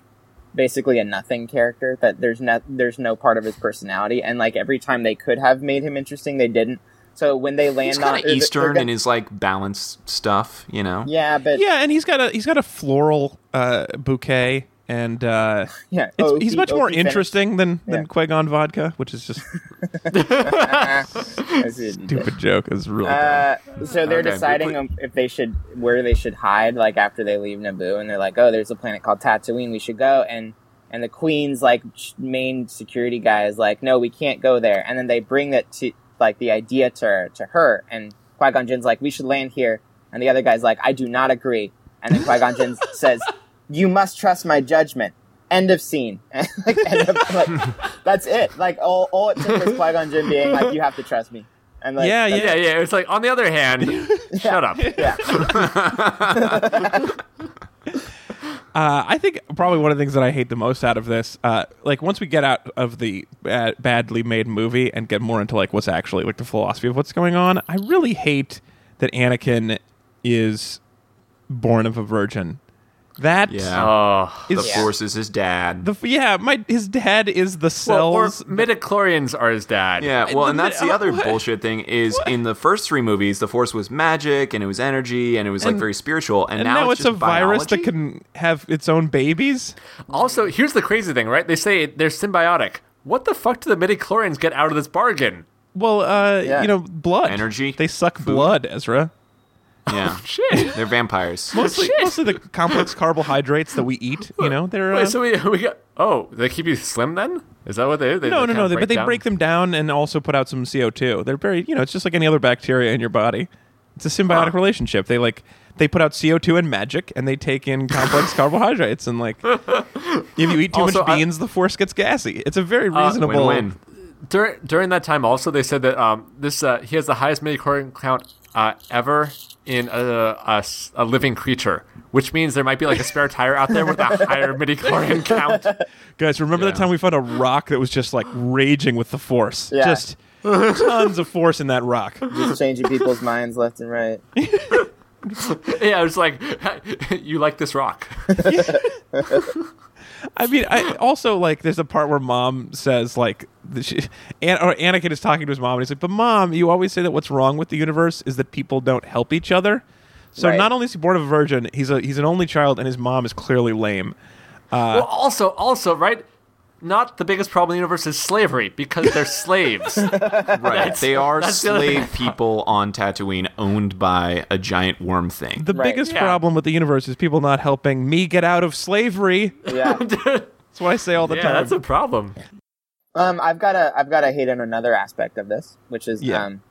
Speaker 5: basically a nothing character. That there's no there's no part of his personality, and like every time they could have made him interesting, they didn't. So when they land
Speaker 4: He's
Speaker 5: on
Speaker 4: kind
Speaker 5: or
Speaker 4: of
Speaker 5: uh, they're-
Speaker 4: Eastern
Speaker 5: they're
Speaker 4: in
Speaker 5: go-
Speaker 4: his like balance stuff. You know.
Speaker 5: yeah, but yeah,
Speaker 2: Yeah, and he's got a he's got a floral uh, bouquet, and uh, it's,
Speaker 5: oh,
Speaker 2: he's
Speaker 5: he-
Speaker 2: much
Speaker 5: oh,
Speaker 2: more
Speaker 5: he finished.
Speaker 2: interesting than than
Speaker 5: Yeah.
Speaker 2: Qui Gon vodka, which is just a
Speaker 5: I see.
Speaker 2: stupid joke. It's really bad.
Speaker 5: Uh, so they're
Speaker 4: Okay,
Speaker 5: deciding
Speaker 4: we-
Speaker 5: um if they should where they should hide, like after they leave Naboo, and they're like, "Oh, there's a planet called Tatooine. We should go." And and the Queen's like ch- main security guy is like, "No, we can't go there." And then they bring that to like the idea to to her, and Qui Gon Jinn's like, "We should land here," and the other guy's like, "I do not agree." And then Qui Gon Jinn says, "You must trust my judgment." end of scene. like, end of, like, that's it. Like all, all it took was Qui Gon Jinn being like, "You have to trust me," and like,
Speaker 2: Yeah,
Speaker 5: that's-
Speaker 3: Yeah, yeah. It's like on the other hand, shut up.
Speaker 5: yeah.
Speaker 2: Uh, I think probably one of the things that I hate the most out of this, uh, like once we get out of the bad, badly made movie and get more into like what's actually like the philosophy of what's going on, I really hate that Anakin is born of a virgin. That is
Speaker 4: Yeah.
Speaker 3: Oh.
Speaker 4: the
Speaker 5: Yeah.
Speaker 4: Force is his dad.
Speaker 2: the yeah, my his dad is the
Speaker 3: Well, or
Speaker 2: cells.
Speaker 3: midichlorians are his dad.
Speaker 4: yeah, well, and
Speaker 2: the-
Speaker 4: that's the other
Speaker 2: what?
Speaker 4: bullshit thing is in the first three movies, the Force was magic and it was energy and it was like
Speaker 2: And-
Speaker 4: very spiritual, and,
Speaker 2: and now, it's, a
Speaker 4: just
Speaker 2: virus that
Speaker 4: biology?
Speaker 2: can have its own babies.
Speaker 3: Also, here's the crazy thing, right? They say they're symbiotic. What the fuck do the midichlorians get out of this bargain?
Speaker 2: Well, uh,
Speaker 5: Yeah.
Speaker 2: you know, blood,
Speaker 4: Energy,
Speaker 2: They suck blood, Ezra.
Speaker 4: Yeah,
Speaker 2: Oh,
Speaker 3: Shit.
Speaker 4: they're vampires.
Speaker 2: Mostly, mostly the complex carbohydrates that we eat. You know, they're uh,
Speaker 3: Wait, so we, we got. Oh, they keep you slim then? Is that what they do? They,
Speaker 2: No,
Speaker 3: they
Speaker 2: no,
Speaker 3: kind
Speaker 2: no.
Speaker 3: of
Speaker 2: They, but they
Speaker 3: down?
Speaker 2: break them down and also put out some CO two. They're very, you know, it's just like any other bacteria in your body. It's a symbiotic
Speaker 3: Huh.
Speaker 2: relationship. They like they put out CO two and magic, and they take in complex carbohydrates. And like, if you eat too
Speaker 3: Also,
Speaker 2: much
Speaker 3: I- Ah,
Speaker 2: beans, the force gets gassy. It's a very reasonable.
Speaker 4: Win-win.
Speaker 3: Uh, During, during that time, also, they said that um, this uh, he has the highest midichlorian count uh, ever in a, a s- a living creature, which means there might be like a spare tire out there with a higher midichlorian count.
Speaker 2: Guys, remember the
Speaker 4: Yeah.
Speaker 2: time we found a rock that was just like raging with the force?
Speaker 5: Yeah.
Speaker 2: Just tons of force in that rock.
Speaker 5: Just changing people's minds left and right.
Speaker 3: yeah, it's like, you like this rock.
Speaker 5: Uh.
Speaker 2: I mean, I also like. There's a part where mom says like, the- she, An- or Anakin is talking to his mom, and he's like, "But mom, you always say that what's wrong with the universe is that people don't help each other." So
Speaker 5: Right.
Speaker 2: not only is he born of a virgin, he's a he's an only child, and his mom is clearly lame.
Speaker 3: Well, also, also, right? Not the biggest problem in the universe is slavery because they're slaves.
Speaker 4: Right. They are
Speaker 3: that's the other thing.
Speaker 4: slave people on Tatooine owned by a giant worm thing.
Speaker 2: The
Speaker 5: Right.
Speaker 2: biggest
Speaker 3: Yeah.
Speaker 2: problem with the universe is people not helping me get out of slavery.
Speaker 5: Yeah.
Speaker 2: That's what I say all the
Speaker 3: yeah,
Speaker 2: time.
Speaker 3: that's a problem.
Speaker 5: Um, I've got to I've got to hate on another aspect of this, which is
Speaker 2: Yeah.
Speaker 5: um,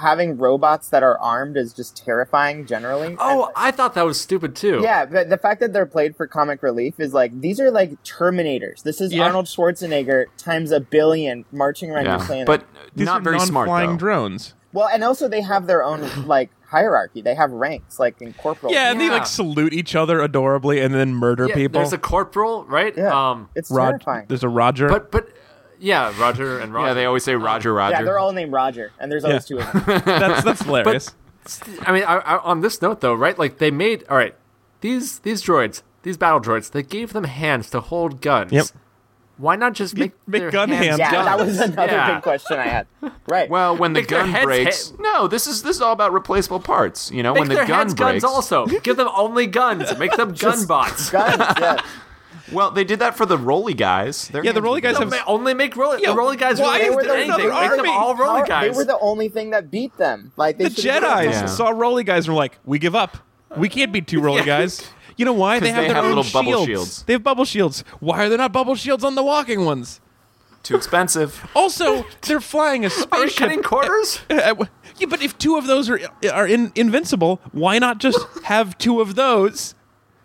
Speaker 5: having robots that are armed is just terrifying generally.
Speaker 3: Oh, I thought that was stupid too.
Speaker 5: And- yeah, but the fact that they're played for comic relief is like these are like Terminators. This is
Speaker 3: Yeah.
Speaker 5: Arnold Schwarzenegger times a billion marching around your
Speaker 4: Yeah.
Speaker 5: planet.
Speaker 4: But
Speaker 2: These
Speaker 4: not
Speaker 2: are
Speaker 4: very smart
Speaker 2: non-flying
Speaker 4: though.
Speaker 2: drones.
Speaker 5: well, and also they have their own like hierarchy. They have ranks, like in corporal.
Speaker 2: Yeah, and they
Speaker 3: Yeah.
Speaker 2: like salute each other adorably and then murder
Speaker 3: Yeah,
Speaker 2: people.
Speaker 3: There's a corporal, right?
Speaker 5: yeah.
Speaker 3: Um,
Speaker 5: it's
Speaker 2: Rod-
Speaker 5: terrifying.
Speaker 2: there's a Roger.
Speaker 3: but but uh, yeah, Roger and Roger.
Speaker 4: Yeah, they always say Roger, Roger.
Speaker 5: Yeah, they're all named Roger, and there's always
Speaker 2: Yeah.
Speaker 5: two of them.
Speaker 2: that's that's hilarious.
Speaker 3: I mean, I, I, on this note though, right? Like they made all right. These these droids, these battle droids, they gave them hands to hold guns.
Speaker 2: Yep.
Speaker 3: Why not just make
Speaker 2: make
Speaker 3: their
Speaker 2: gun hands.
Speaker 5: Yeah,
Speaker 2: Guns.
Speaker 5: that was another
Speaker 3: Yeah.
Speaker 5: good question I had. Right.
Speaker 4: well, when the
Speaker 3: Make their
Speaker 4: gun
Speaker 3: heads
Speaker 4: breaks,
Speaker 3: hit-
Speaker 4: no, this is this is all about replaceable parts. You know,
Speaker 3: Make
Speaker 4: when the
Speaker 3: their
Speaker 4: gun
Speaker 3: hands
Speaker 4: breaks,
Speaker 3: guns also. Give them only guns. Make them gun bots.
Speaker 5: guns. Yeah.
Speaker 4: well, they did that for the Rolly guys. Their
Speaker 2: Yeah, the
Speaker 4: hands
Speaker 2: Rolly
Speaker 4: were
Speaker 2: guys
Speaker 3: No,
Speaker 2: have-
Speaker 3: ma- only make roller.
Speaker 2: Yeah,
Speaker 3: the roller guys
Speaker 2: why
Speaker 3: really
Speaker 2: is
Speaker 3: didn't do
Speaker 2: there
Speaker 3: anything.
Speaker 2: another
Speaker 3: Make them
Speaker 2: army?
Speaker 3: all roller
Speaker 5: How-
Speaker 3: guys.
Speaker 5: They were the only thing that beat them. Like they
Speaker 2: the
Speaker 5: should've
Speaker 2: Jedi
Speaker 4: Yeah.
Speaker 2: saw Rolly guys and were like, "We give up. We can't beat two Rolly
Speaker 3: Yeah.
Speaker 2: guys." You know why? They
Speaker 4: 'Cause
Speaker 2: have
Speaker 4: they
Speaker 2: their
Speaker 4: have
Speaker 2: own
Speaker 4: little
Speaker 2: shields.
Speaker 4: bubble shields.
Speaker 2: They have bubble shields. Why are there not bubble shields on the walking ones?
Speaker 4: too expensive.
Speaker 2: Also, they're flying a
Speaker 3: Are we
Speaker 2: spaceship.
Speaker 3: cutting quarters?
Speaker 2: Uh, uh, yeah, but if two of those are are in, invincible, why not just have two of those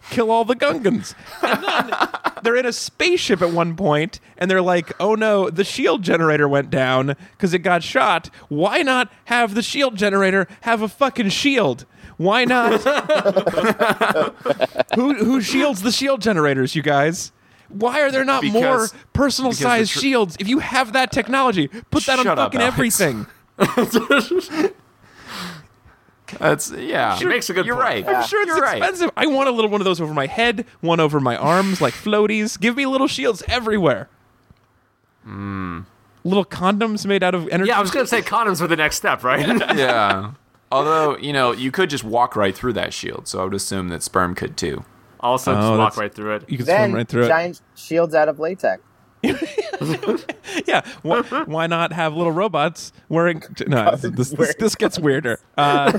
Speaker 2: kill all the Gungans? And then they're in a spaceship at one point, and they're like, "Oh no, the shield generator went down because it got shot. Why not have the shield generator have a fucking shield? Why not? who who shields the shield generators, you guys?" Why are there not
Speaker 4: Because-
Speaker 2: more personal size
Speaker 4: tr-
Speaker 2: shields? If you have that technology, put that on
Speaker 4: Shut up,
Speaker 2: fucking
Speaker 4: Alex.
Speaker 2: everything.
Speaker 4: That's yeah.
Speaker 3: She makes a good
Speaker 4: You're
Speaker 3: point.
Speaker 4: right.
Speaker 2: I'm sure it's
Speaker 4: You're right.
Speaker 2: expensive. I want a little one of those over my head, one over my arms, like floaties. Give me little shields everywhere. Little condoms made out of energy.
Speaker 3: Hmm. Yeah, I was gonna say condoms were the next step, right?
Speaker 4: Yeah. Although you know, you could just walk right through that shield, so I would assume that sperm could too.
Speaker 3: also, just
Speaker 2: Oh,
Speaker 3: walk
Speaker 2: that's-
Speaker 3: right through it.
Speaker 2: you can
Speaker 5: Then
Speaker 2: swim right through
Speaker 5: giant shields out of latex.
Speaker 2: it. Yeah, why, why not have little robots wearing? No, this this, this, this gets weirder. Uh,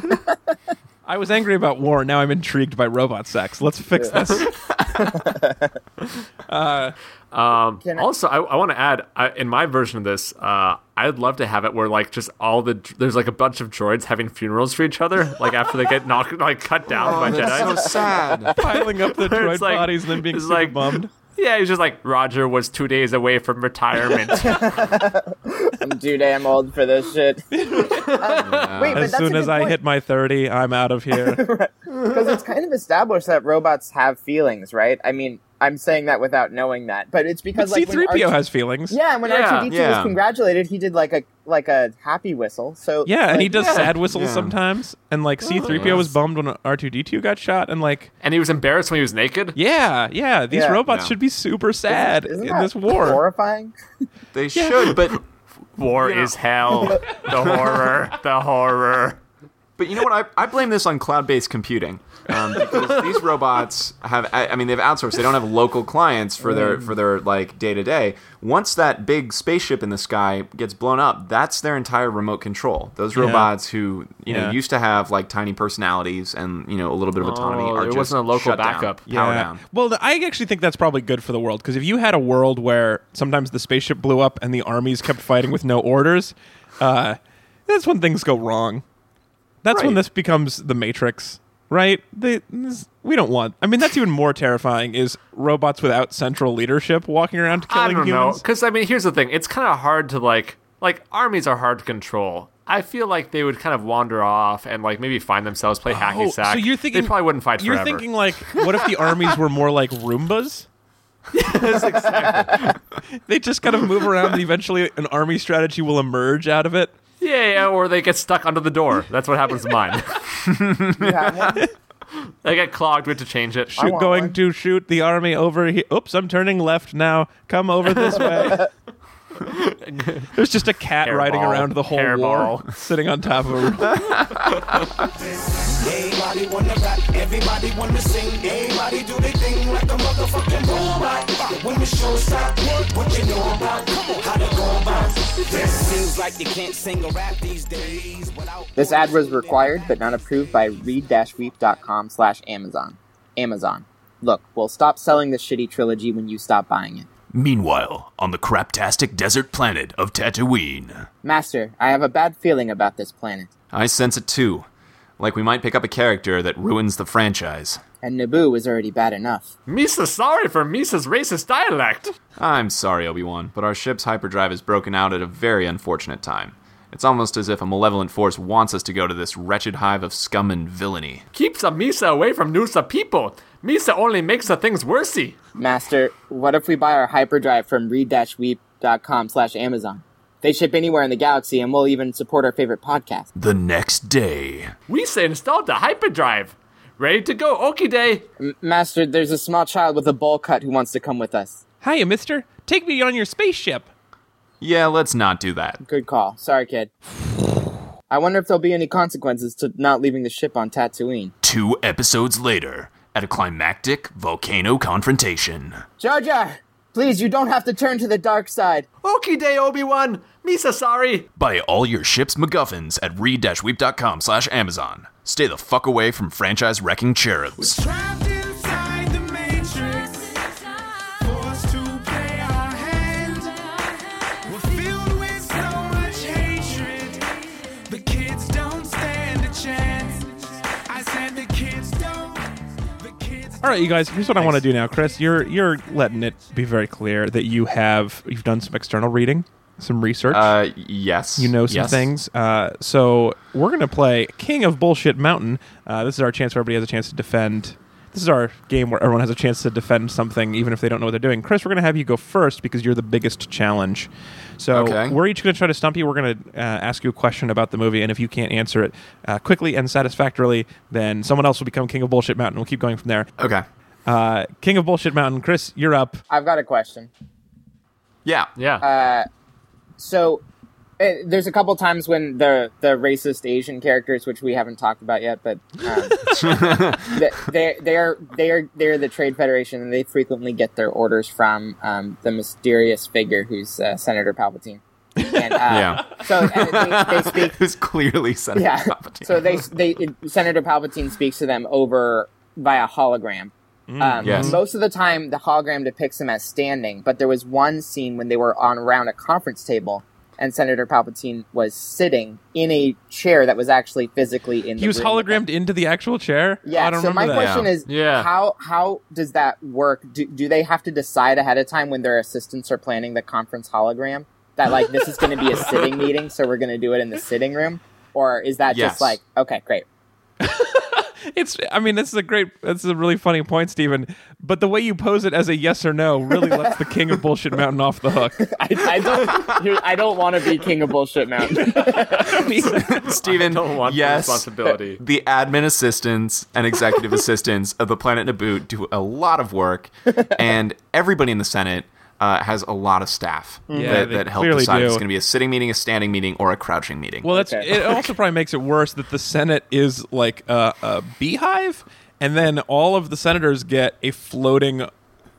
Speaker 2: I was angry about war. Now I'm intrigued by robot sex. Let's fix this.
Speaker 5: Can I-
Speaker 3: Also, I, I want to add I, in my version of this, uh, I'd love to have it where like just all the there's like a bunch of droids having funerals for each other, like after they get
Speaker 2: Oh,
Speaker 3: knocked like cut down by Jedi.
Speaker 4: sad.
Speaker 2: Piling up the droid
Speaker 3: like-
Speaker 2: bodies and then being
Speaker 3: it's
Speaker 2: super
Speaker 3: like-
Speaker 2: bummed.
Speaker 3: Yeah, he's just like Roger was two days away from retirement.
Speaker 5: I'm too damn old for this shit. Um, wait, but
Speaker 2: As soon as I hit my 30, I'm out of here.
Speaker 5: because it's kind of established that robots have feelings, right? I mean, I'm saying that without knowing that, but it's because like when
Speaker 2: C3PO
Speaker 5: R2-
Speaker 2: has feelings.
Speaker 5: Yeah, and when
Speaker 3: Yeah,
Speaker 5: R2D2
Speaker 4: yeah.
Speaker 5: was congratulated, he did like a like a happy whistle. So
Speaker 2: Yeah, and he
Speaker 5: like, Oh,
Speaker 2: does
Speaker 3: yeah.
Speaker 2: sad whistles
Speaker 4: Yeah.
Speaker 2: sometimes. And like C3PO was bummed when R2D2 got shot. And like,
Speaker 3: and he was embarrassed when he was naked.
Speaker 2: yeah, yeah, these
Speaker 5: Yeah.
Speaker 2: robots
Speaker 4: Yeah.
Speaker 2: should be super sad
Speaker 5: isn't
Speaker 2: in
Speaker 5: that
Speaker 2: this war.
Speaker 5: Horrifying.
Speaker 4: They should, but
Speaker 3: War is hell. The horror. The horror.
Speaker 4: But you know what? I, I blame this on cloud based computing um, because these robots have. I, I mean, they've outsourced. They don't have local clients for
Speaker 3: Mm.
Speaker 4: their for their like day to day. Once that big spaceship in the sky gets blown up, that's their entire remote control. Those robots who you know
Speaker 2: Yeah.
Speaker 4: used to have like tiny personalities and you know a little bit of autonomy
Speaker 3: Oh,
Speaker 4: are
Speaker 3: there
Speaker 4: just
Speaker 3: wasn't a local
Speaker 4: shut down,
Speaker 3: backup.
Speaker 4: power
Speaker 2: Yeah.
Speaker 4: down.
Speaker 2: Well, th- I actually think that's probably good for the world because if you had a world where sometimes the spaceship blew up and the armies kept fighting with no orders, uh, that's when things go wrong. That's when
Speaker 4: Right.
Speaker 2: this becomes the Matrix, right? They, this, we don't want. I mean, that's even more terrifying is robots without central leadership walking around
Speaker 3: I
Speaker 2: killing
Speaker 3: don't know.
Speaker 2: humans.
Speaker 3: Because, I mean, here's the thing it's kind of hard to, like, like, armies are hard to control. I feel like they would kind of wander off and, like, maybe find themselves, play hacky
Speaker 2: Oh,
Speaker 3: sack.
Speaker 2: so you're thinking
Speaker 3: They probably wouldn't fight
Speaker 2: You're
Speaker 3: forever.
Speaker 2: thinking like, what if the armies were more like Roombas? they just kind of move around, and eventually an army strategy will emerge out of it.
Speaker 3: yeah, yeah, or they get stuck under the door. That's what happens to mine.
Speaker 5: You have one?
Speaker 3: they get clogged. We have to change it.
Speaker 2: Shoot-
Speaker 5: want
Speaker 2: going
Speaker 5: one.
Speaker 2: to shoot the army over here. Oops, I'm turning left now. Come over this way. There's just a cat riding
Speaker 3: Hairball.
Speaker 2: around the whole wall,
Speaker 3: Hairball.
Speaker 2: sitting on top of a
Speaker 1: Everybody wanna rap, everybody wanna sing, everybody do their thing like a motherfucking robot. When the show stop, what, what you know about? Come on, how to go about? This seems like you can't sing a rap these days without.
Speaker 5: This ad was required but not approved by read-weep.com slash Amazon. Amazon. Look, we'll stop selling this shitty trilogy when you stop buying it.
Speaker 6: Meanwhile, on the craptastic desert planet of Tatooine.
Speaker 5: Master, I have a bad feeling about this planet.
Speaker 4: I sense it too. Like we might pick up a character that ruins the franchise.
Speaker 5: And Naboo is already bad enough.
Speaker 3: Misa, sorry for Misa's racist dialect.
Speaker 4: I'm sorry, Obi Wan, but our ship's hyperdrive is broken out at a very unfortunate time. It's almost as if a malevolent force wants us to go to this wretched hive of scum and villainy.
Speaker 3: Keeps a Misa away from Noosa people. Misa only makes the things worsey.
Speaker 5: Master, what if we buy our hyperdrive from read-weep.com slash Amazon? They ship anywhere in the galaxy and we'll even support our favorite podcast.
Speaker 6: The next day.
Speaker 3: We say installed the hyperdrive. Ready to go, Okie Day.
Speaker 5: Master, there's a small child with a bowl cut who wants to come with us.
Speaker 2: Hiya, mister. Take me on your spaceship.
Speaker 4: Yeah, let's not do that.
Speaker 5: Good call. Sorry, kid. I wonder if there'll be any consequences to not leaving the ship on Tatooine.
Speaker 6: Two episodes later, at a climactic volcano confrontation.
Speaker 5: Jar Jar, please, you don't have to turn to the dark side.
Speaker 3: Okie Day, Obi Wan. Misa, sorry.
Speaker 6: Buy all your ship's MacGuffins at read-weep.com slash Amazon. Stay the fuck away from franchise-wrecking cherubs.
Speaker 1: Trapped inside the matrix, forced to play our hand. We're filled with so much hatred, the kids don't stand a chance. I said the kids don't. The kids
Speaker 2: All right, you guys. Here's what I want to do now, Chris. You're you're letting it be very clear that you have you've done some external reading, some research.
Speaker 4: Uh, yes.
Speaker 2: you know some
Speaker 4: Yes.
Speaker 2: things. Uh, so we're gonna play King of Bullshit Mountain. Uh, this is our chance where everybody has a chance to defend. This is our game where everyone has a chance to defend something, even if they don't know what they're doing. Chris, we're gonna have you go first because you're the biggest challenge. So
Speaker 4: Okay.
Speaker 2: we're each gonna try to stump you. We're gonna uh, ask you a question about the movie, and if you can't answer it uh, quickly and satisfactorily, then someone else will become King of Bullshit Mountain. We'll keep going from there.
Speaker 4: Okay.
Speaker 2: Uh, King of Bullshit Mountain, Chris, you're up.
Speaker 5: I've got a question.
Speaker 4: Yeah.
Speaker 3: Yeah.
Speaker 5: Uh, So, uh, there's a couple times when the the racist Asian characters, which we haven't talked about yet, but um, th- they they are they are they're the Trade Federation, and they frequently get their orders from um, the mysterious figure who's uh, Senator Palpatine. And, uh,
Speaker 4: Yeah.
Speaker 5: So and they, they speak
Speaker 4: Who's clearly Senator
Speaker 5: yeah.
Speaker 4: Palpatine.
Speaker 5: So they they it, Senator Palpatine speaks to them over via hologram. um,
Speaker 4: yes.
Speaker 5: Most of the time, the hologram depicts him as standing, but there was one scene when they were on around a conference table, and Senator Palpatine was sitting in a chair that was actually physically in. the
Speaker 2: He was
Speaker 5: room with them.
Speaker 2: hologrammed into the actual chair.
Speaker 5: Yeah.
Speaker 2: I don't
Speaker 5: so my
Speaker 2: remember that.
Speaker 5: question is,
Speaker 3: Yeah.
Speaker 5: how how does that work? Do, do they have to decide ahead of time when their assistants are planning the conference hologram that like this is going to be a sitting meeting, so we're going to do it in the sitting room, or is that
Speaker 4: Yes.
Speaker 5: just like okay, great?
Speaker 2: It's. I mean, this is a great. This is a really funny point, Stephen. But the way you pose it as a yes or no really lets the king of bullshit mountain off the hook.
Speaker 5: I, I don't dude, I don't want to be king of bullshit mountain.
Speaker 4: Steven,
Speaker 3: don't want the
Speaker 4: yes,
Speaker 3: responsibility.
Speaker 4: The admin assistants and executive assistants of the planet Naboo do a lot of work, and everybody in the Senate uh, has a lot of staff
Speaker 2: Mm-hmm. Yeah,
Speaker 4: that,
Speaker 2: they
Speaker 4: that help
Speaker 2: clearly
Speaker 4: decide if
Speaker 2: do.
Speaker 4: it's going to be a sitting meeting, a standing meeting, or a crouching meeting.
Speaker 2: Well, that's
Speaker 5: Okay.
Speaker 2: it. Also, probably makes it worse that the Senate is like a, a beehive, and then all of the senators get a floating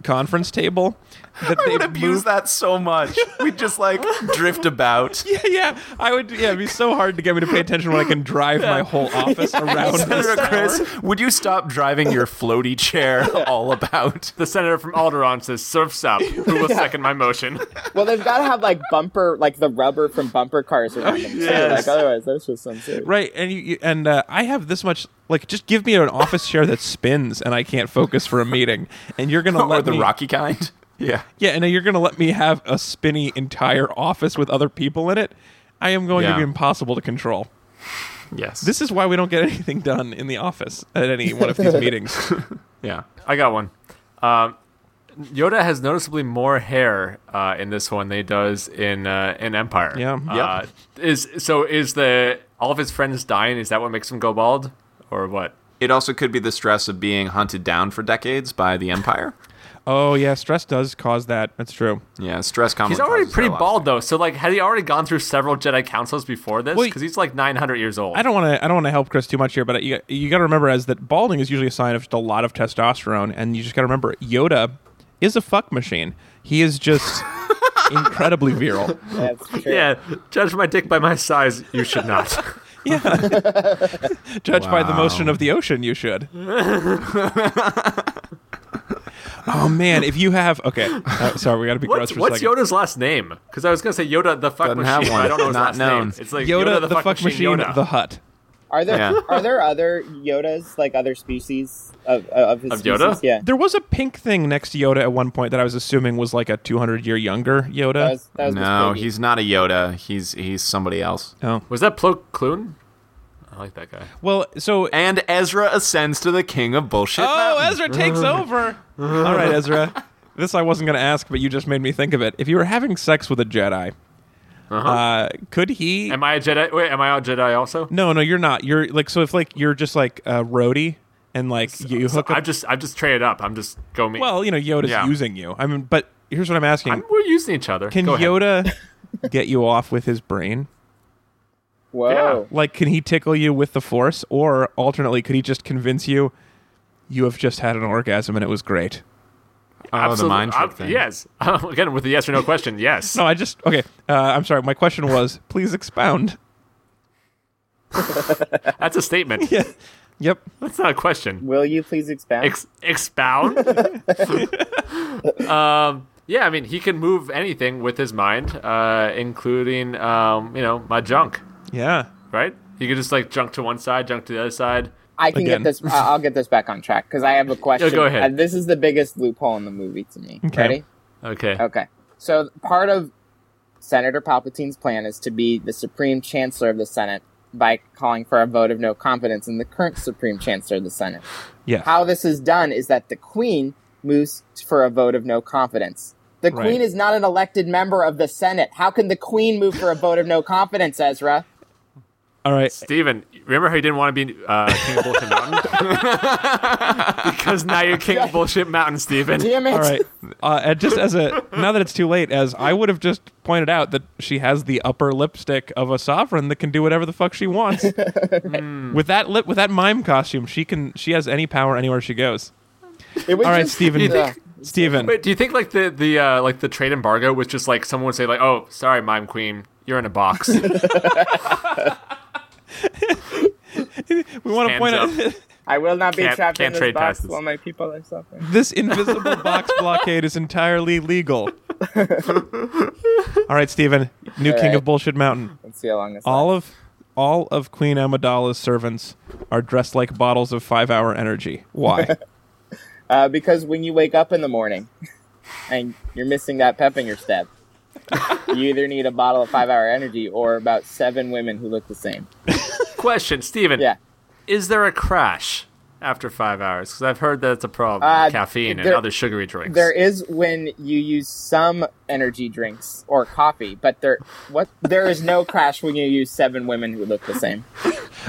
Speaker 2: conference table that
Speaker 4: I
Speaker 2: they
Speaker 4: would abuse
Speaker 2: move-
Speaker 4: that so much. We'd just like drift about.
Speaker 2: Yeah, yeah, I would. Yeah, it'd be so hard to get me to pay attention when I can drive my whole office around.
Speaker 4: Senator
Speaker 2: this
Speaker 4: Chris,
Speaker 2: tower.
Speaker 4: would you stop driving your floaty chair all about?
Speaker 3: The senator from Alderaan says, "Surfs up." Who will second my motion?
Speaker 5: well, they've got to have like bumper, like the rubber from bumper cars around them. too.
Speaker 3: Yes.
Speaker 5: Like otherwise, that's just some serious.
Speaker 2: Right, and you, you and uh, I have this much. Like, just give me an office chair that spins, and I can't focus for a meeting. And you're gonna
Speaker 4: Or
Speaker 2: let
Speaker 4: the
Speaker 2: me,
Speaker 4: Rocky kind? Yeah.
Speaker 2: Yeah, and you're gonna let me have a spinny entire office with other people in it. I am going
Speaker 4: Yeah.
Speaker 2: to be impossible to control.
Speaker 4: Yes.
Speaker 2: This is why we don't get anything done in the office at any one of these meetings.
Speaker 4: yeah.
Speaker 3: I got one. Um, Yoda has noticeably more hair uh, in this one than he does in uh, in Empire.
Speaker 2: Yeah.
Speaker 3: Uh, is so is the all of his friends dying? Is that what makes him go bald, or what?
Speaker 4: It also could be the stress of being hunted down for decades by the Empire.
Speaker 2: Oh yeah, stress does cause that. That's true.
Speaker 4: Yeah, stress commonly.
Speaker 3: He's already
Speaker 4: causes
Speaker 3: pretty
Speaker 4: hair loss.
Speaker 3: bald though. So like, had he already gone through several Jedi councils before this?
Speaker 2: Well,
Speaker 3: Because he's like 900 years old.
Speaker 2: I don't want to. I don't want to help Chris too much here, but you, you got to remember as that balding is usually a sign of just a lot of testosterone, and you just got to remember Yoda is a fuck machine. He is just incredibly virile.
Speaker 5: That's true.
Speaker 3: Yeah, judge my dick by my size. You should not.
Speaker 2: Yeah, judged by the
Speaker 4: Wow.
Speaker 2: motion of the ocean, you should. oh man, if you have okay, uh, sorry, we got to be gross
Speaker 3: What's,
Speaker 2: for a
Speaker 3: what's
Speaker 2: second.
Speaker 3: Yoda's last name? Because I was gonna say Yoda the fuck
Speaker 4: Doesn't
Speaker 3: machine.
Speaker 4: have
Speaker 3: but
Speaker 4: one.
Speaker 3: I don't know his
Speaker 4: Not
Speaker 3: last
Speaker 4: known.
Speaker 3: name. It's like
Speaker 2: Yoda, the, fuck, machine,
Speaker 3: Yoda.
Speaker 2: the hut.
Speaker 5: Are there
Speaker 4: Yeah.
Speaker 5: are there other Yodas like other species of of his
Speaker 3: Of
Speaker 5: species?
Speaker 3: Yoda?
Speaker 5: Yeah.
Speaker 2: There was a pink thing next to Yoda at one point that I was assuming was like a 200 year younger
Speaker 5: That
Speaker 2: Yoda.
Speaker 5: was, that was
Speaker 4: No,
Speaker 5: Miss Piggy.
Speaker 4: he's not a Yoda. He's he's somebody else.
Speaker 2: oh,
Speaker 3: Was that Plo Koon? I like that guy.
Speaker 2: well, so
Speaker 4: And Ezra ascends to the king of bullshit.
Speaker 2: oh,
Speaker 4: Mountain.
Speaker 2: Ezra takes over. All right, Ezra. This I wasn't going to ask, but you just made me think of it. If you were having sex with a Jedi, uh could he?
Speaker 3: Uh-huh. Am I a Jedi? Wait, am I a Jedi also?
Speaker 2: no, no, you're not. You're like so. If like you're just like a roadie and like you
Speaker 3: uh, So
Speaker 2: hook
Speaker 3: I'm
Speaker 2: up.
Speaker 3: just I'm just traded up. I'm just go me.
Speaker 2: Well, you know Yoda's
Speaker 3: Yeah.
Speaker 2: using you. I mean, but here's what I'm asking:
Speaker 3: I'm- we're using each other.
Speaker 2: Can
Speaker 3: Go ahead.
Speaker 2: Yoda get you off with his brain?
Speaker 5: Whoa.
Speaker 2: like can he tickle you with the force or alternately could he just convince you you have just had an orgasm and it was great
Speaker 4: Oh, the
Speaker 3: Absolute-
Speaker 4: mind trick
Speaker 2: uh,
Speaker 3: I'm-
Speaker 4: thing.
Speaker 3: Yes. Again, with a yes or no question. Yes.
Speaker 2: no i just okay uh, i'm sorry my question was please expound
Speaker 3: That's a statement.
Speaker 2: yeah yep
Speaker 3: That's not a question.
Speaker 5: Will you please expound?
Speaker 3: Ex- expound. um, yeah, I mean, he can move anything with his mind, uh, including um, you know my junk.
Speaker 2: yeah
Speaker 3: Right? He could just like junk to one side, junk to the other side.
Speaker 5: I can
Speaker 2: Again.
Speaker 5: get this. Uh, I'll get this back on track because I have a question.
Speaker 3: go ahead.
Speaker 5: Uh, this is the biggest loophole in the movie to me.
Speaker 2: Okay.
Speaker 5: Ready?
Speaker 3: Okay.
Speaker 5: Okay. So part of Senator Palpatine's plan is to be the Supreme Chancellor of the Senate by calling for a vote of no confidence in the current Supreme Chancellor of the Senate.
Speaker 2: yeah
Speaker 5: How this is done is that the Queen moves for a vote of no confidence. The
Speaker 2: Right.
Speaker 5: Queen is not an elected member of the Senate. How can the Queen move for a vote of no confidence, Ezra?
Speaker 2: all right
Speaker 3: Steven, remember how you didn't want to be uh, King of Bullshit Mountain? because now you're King of Bullshit Mountain, Steven.
Speaker 5: Damn it.
Speaker 2: all right uh, and just as a now that it's too late as i would have just pointed out that she has the upper lipstick of a sovereign that can do whatever the fuck she wants
Speaker 5: Hmm.
Speaker 2: Mm. with that lip with that mime costume she can she has any power anywhere she goes
Speaker 5: It was
Speaker 2: all right
Speaker 5: just-
Speaker 2: Stephen.
Speaker 5: You think-
Speaker 2: Stephen.
Speaker 3: Wait, do you think like the the uh, like the trade embargo was just like someone would say like, "Oh, sorry, Mime Queen, you're in a box."
Speaker 2: we want to
Speaker 3: Hands
Speaker 2: point
Speaker 3: up.
Speaker 2: out
Speaker 5: I will not be
Speaker 3: Can't-
Speaker 5: trapped
Speaker 3: can't
Speaker 5: in this
Speaker 3: trade
Speaker 5: box
Speaker 3: passes.
Speaker 5: while my people are suffering.
Speaker 2: This invisible box blockade is entirely legal.
Speaker 5: up. Let's
Speaker 2: All right, Steven, new
Speaker 5: All
Speaker 2: king
Speaker 5: right.
Speaker 2: of bullshit mountain.
Speaker 5: see how long this.
Speaker 2: All of all of Queen Amidala's servants are dressed like bottles of five-hour energy. Why?
Speaker 5: Uh, because when you wake up in the morning and you're missing that pep in your step, you either need a bottle of five hour energy or about seven women who look the same.
Speaker 3: Question, Steven.
Speaker 5: Yeah.
Speaker 3: Is there a crash after five hours? Because I've heard that it's a problem.
Speaker 5: Uh,
Speaker 3: with caffeine and
Speaker 5: there-
Speaker 3: other sugary drinks.
Speaker 5: There is when you use some energy drinks or coffee, but there what there is no crash when you use seven women who look the same.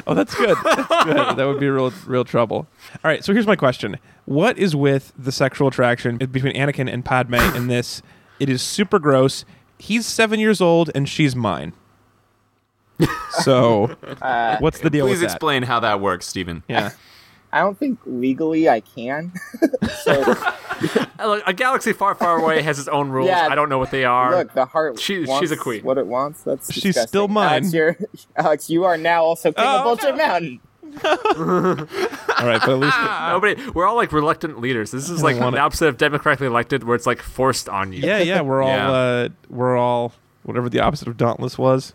Speaker 2: Oh, that's good. That's good. That would be real, real trouble. All right. So here's my question: What is with the sexual attraction between Anakin and Padme in this? It is super gross. He's seven years old and she's mine. So, what's the deal
Speaker 4: Uh, Please
Speaker 2: with that?
Speaker 4: explain how that works, Steven.
Speaker 2: Yeah.
Speaker 5: I don't think legally I can. so
Speaker 3: Uh, look, a galaxy far, far away has its own rules.
Speaker 5: Yeah.
Speaker 3: I don't know what they are.
Speaker 5: look, the heart
Speaker 3: She-
Speaker 5: wants
Speaker 3: she's a queen.
Speaker 5: What it wants. That's
Speaker 2: She's
Speaker 5: disgusting.
Speaker 2: still mine.
Speaker 5: Alex, you're, Alex, you are now also king
Speaker 2: Oh,
Speaker 5: of Bullshit Mountain.
Speaker 2: All right. But at least
Speaker 3: Nobody. We're all like reluctant leaders. This is like
Speaker 2: wanna-
Speaker 3: the opposite of democratically elected, where it's like forced on you.
Speaker 2: Yeah, yeah, we're all
Speaker 4: Yeah.
Speaker 2: uh we're all whatever the opposite of dauntless was.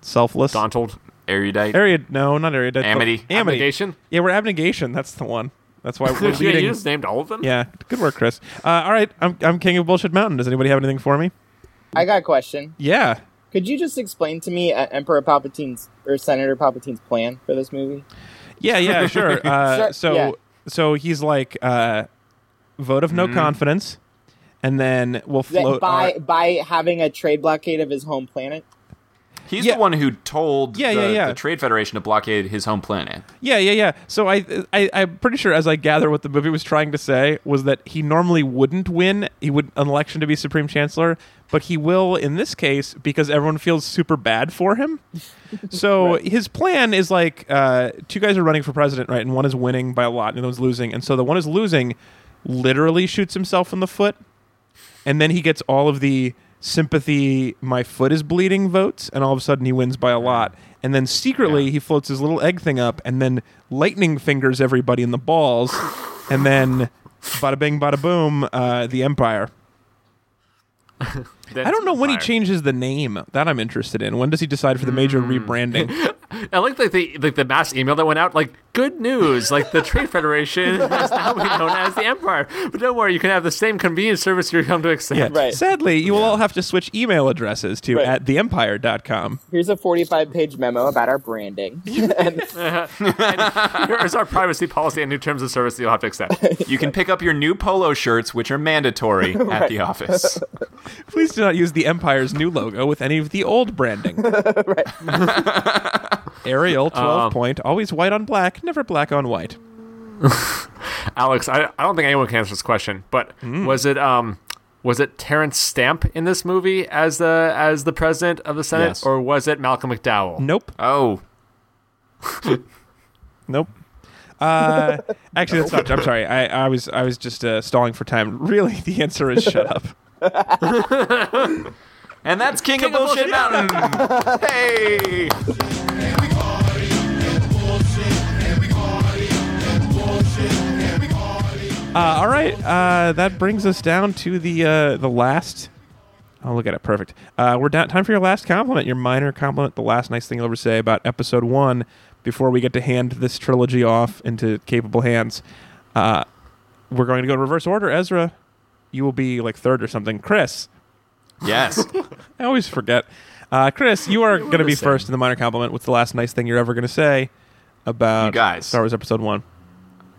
Speaker 2: Selfless.
Speaker 3: Dauntled.
Speaker 4: Erudite.
Speaker 2: Area no, not area
Speaker 4: Amity.
Speaker 2: Amity.
Speaker 3: Abnegation?
Speaker 2: Yeah, we're abnegation. That's the one. That's why we're
Speaker 3: Yeah, you
Speaker 2: leading.
Speaker 3: just named all of them.
Speaker 2: Yeah, good work, Chris. Uh, all right, I'm I'm king of bullshit mountain. Does anybody have anything for me?
Speaker 5: I got a question.
Speaker 2: Yeah.
Speaker 5: Could you just explain to me uh, Emperor Palpatine's or Senator Palpatine's plan for this movie?
Speaker 2: Yeah, yeah, sure. Uh,
Speaker 5: Sure,
Speaker 2: so
Speaker 5: yeah.
Speaker 2: so he's like uh, vote of no confidence and then we'll uh,
Speaker 5: That
Speaker 2: float
Speaker 5: by
Speaker 2: our-
Speaker 5: by having a trade blockade of his home planet.
Speaker 4: He's
Speaker 2: Yeah.
Speaker 4: the one who told
Speaker 2: Yeah,
Speaker 4: the,
Speaker 2: yeah, yeah.
Speaker 4: the Trade Federation to blockade his home planet.
Speaker 2: Yeah, yeah, yeah. So I, I, I'm pretty sure, as I gather, what the movie was trying to say was that he normally wouldn't win. He would an election to be supreme chancellor, but he will in this case because everyone feels super bad for him. So his plan is like uh, two guys are running for president, right? And one is winning by a lot, and the one's losing. And so the one who's losing literally shoots himself in the foot, and then he gets all of the sympathy. My foot is bleeding votes, and all of a sudden he wins by a lot. And then secretly he floats his little egg thing up, and then lightning fingers everybody in the balls, and then bada bing, bada boom, uh, the empire. I don't know when he changes the name. That I'm interested in. When does he decide for the major
Speaker 5: Mm.
Speaker 2: rebranding?
Speaker 3: I like the, the like the mass email that went out. Like good news, like the Trade Federation has now been known as the Empire. But don't worry, you can have the same convenience service you come to accept.
Speaker 2: Yeah.
Speaker 5: Right.
Speaker 2: Sadly, you will all have to switch email addresses to
Speaker 5: Right.
Speaker 2: at theempire.com.
Speaker 5: Here's a 45 page memo about our branding. and
Speaker 3: Here is our privacy policy and new terms of service that you'll have to accept.
Speaker 4: You can pick up your new polo shirts, which are mandatory at the office.
Speaker 2: Please do not use the Empire's new logo with any of the old branding. Arial 12 point, always white on black, never black on white.
Speaker 3: Alex, I, I don't think anyone can answer this question, but
Speaker 2: Hmm.
Speaker 3: was it um was it Terrence Stamp in this movie as the as the president of the Senate,
Speaker 4: Yes.
Speaker 3: or was it Malcolm McDowell?
Speaker 2: Nope.
Speaker 4: Oh,
Speaker 2: Nope. Uh, actually, that's not. I'm sorry. I, I was I was just uh, stalling for time. Really, the answer is shut up.
Speaker 4: and that's King, of Bullshit Mountain. hey,
Speaker 2: Uh, all right, uh, that brings us down to the uh, the last. Oh, look at it, perfect. Uh, we're down. Time for your last compliment, your minor compliment, the last nice thing you'll ever say about episode one. Before we get to hand this trilogy off into capable hands, uh, we're going to go in reverse order. Ezra, you will be like third or something. Chris,
Speaker 4: yes,
Speaker 2: I always forget. Uh, Chris, you are going to be
Speaker 3: the same.
Speaker 2: first in the minor compliment. What's the last nice thing you're ever going to say about
Speaker 4: You guys.
Speaker 2: Star Wars Episode One?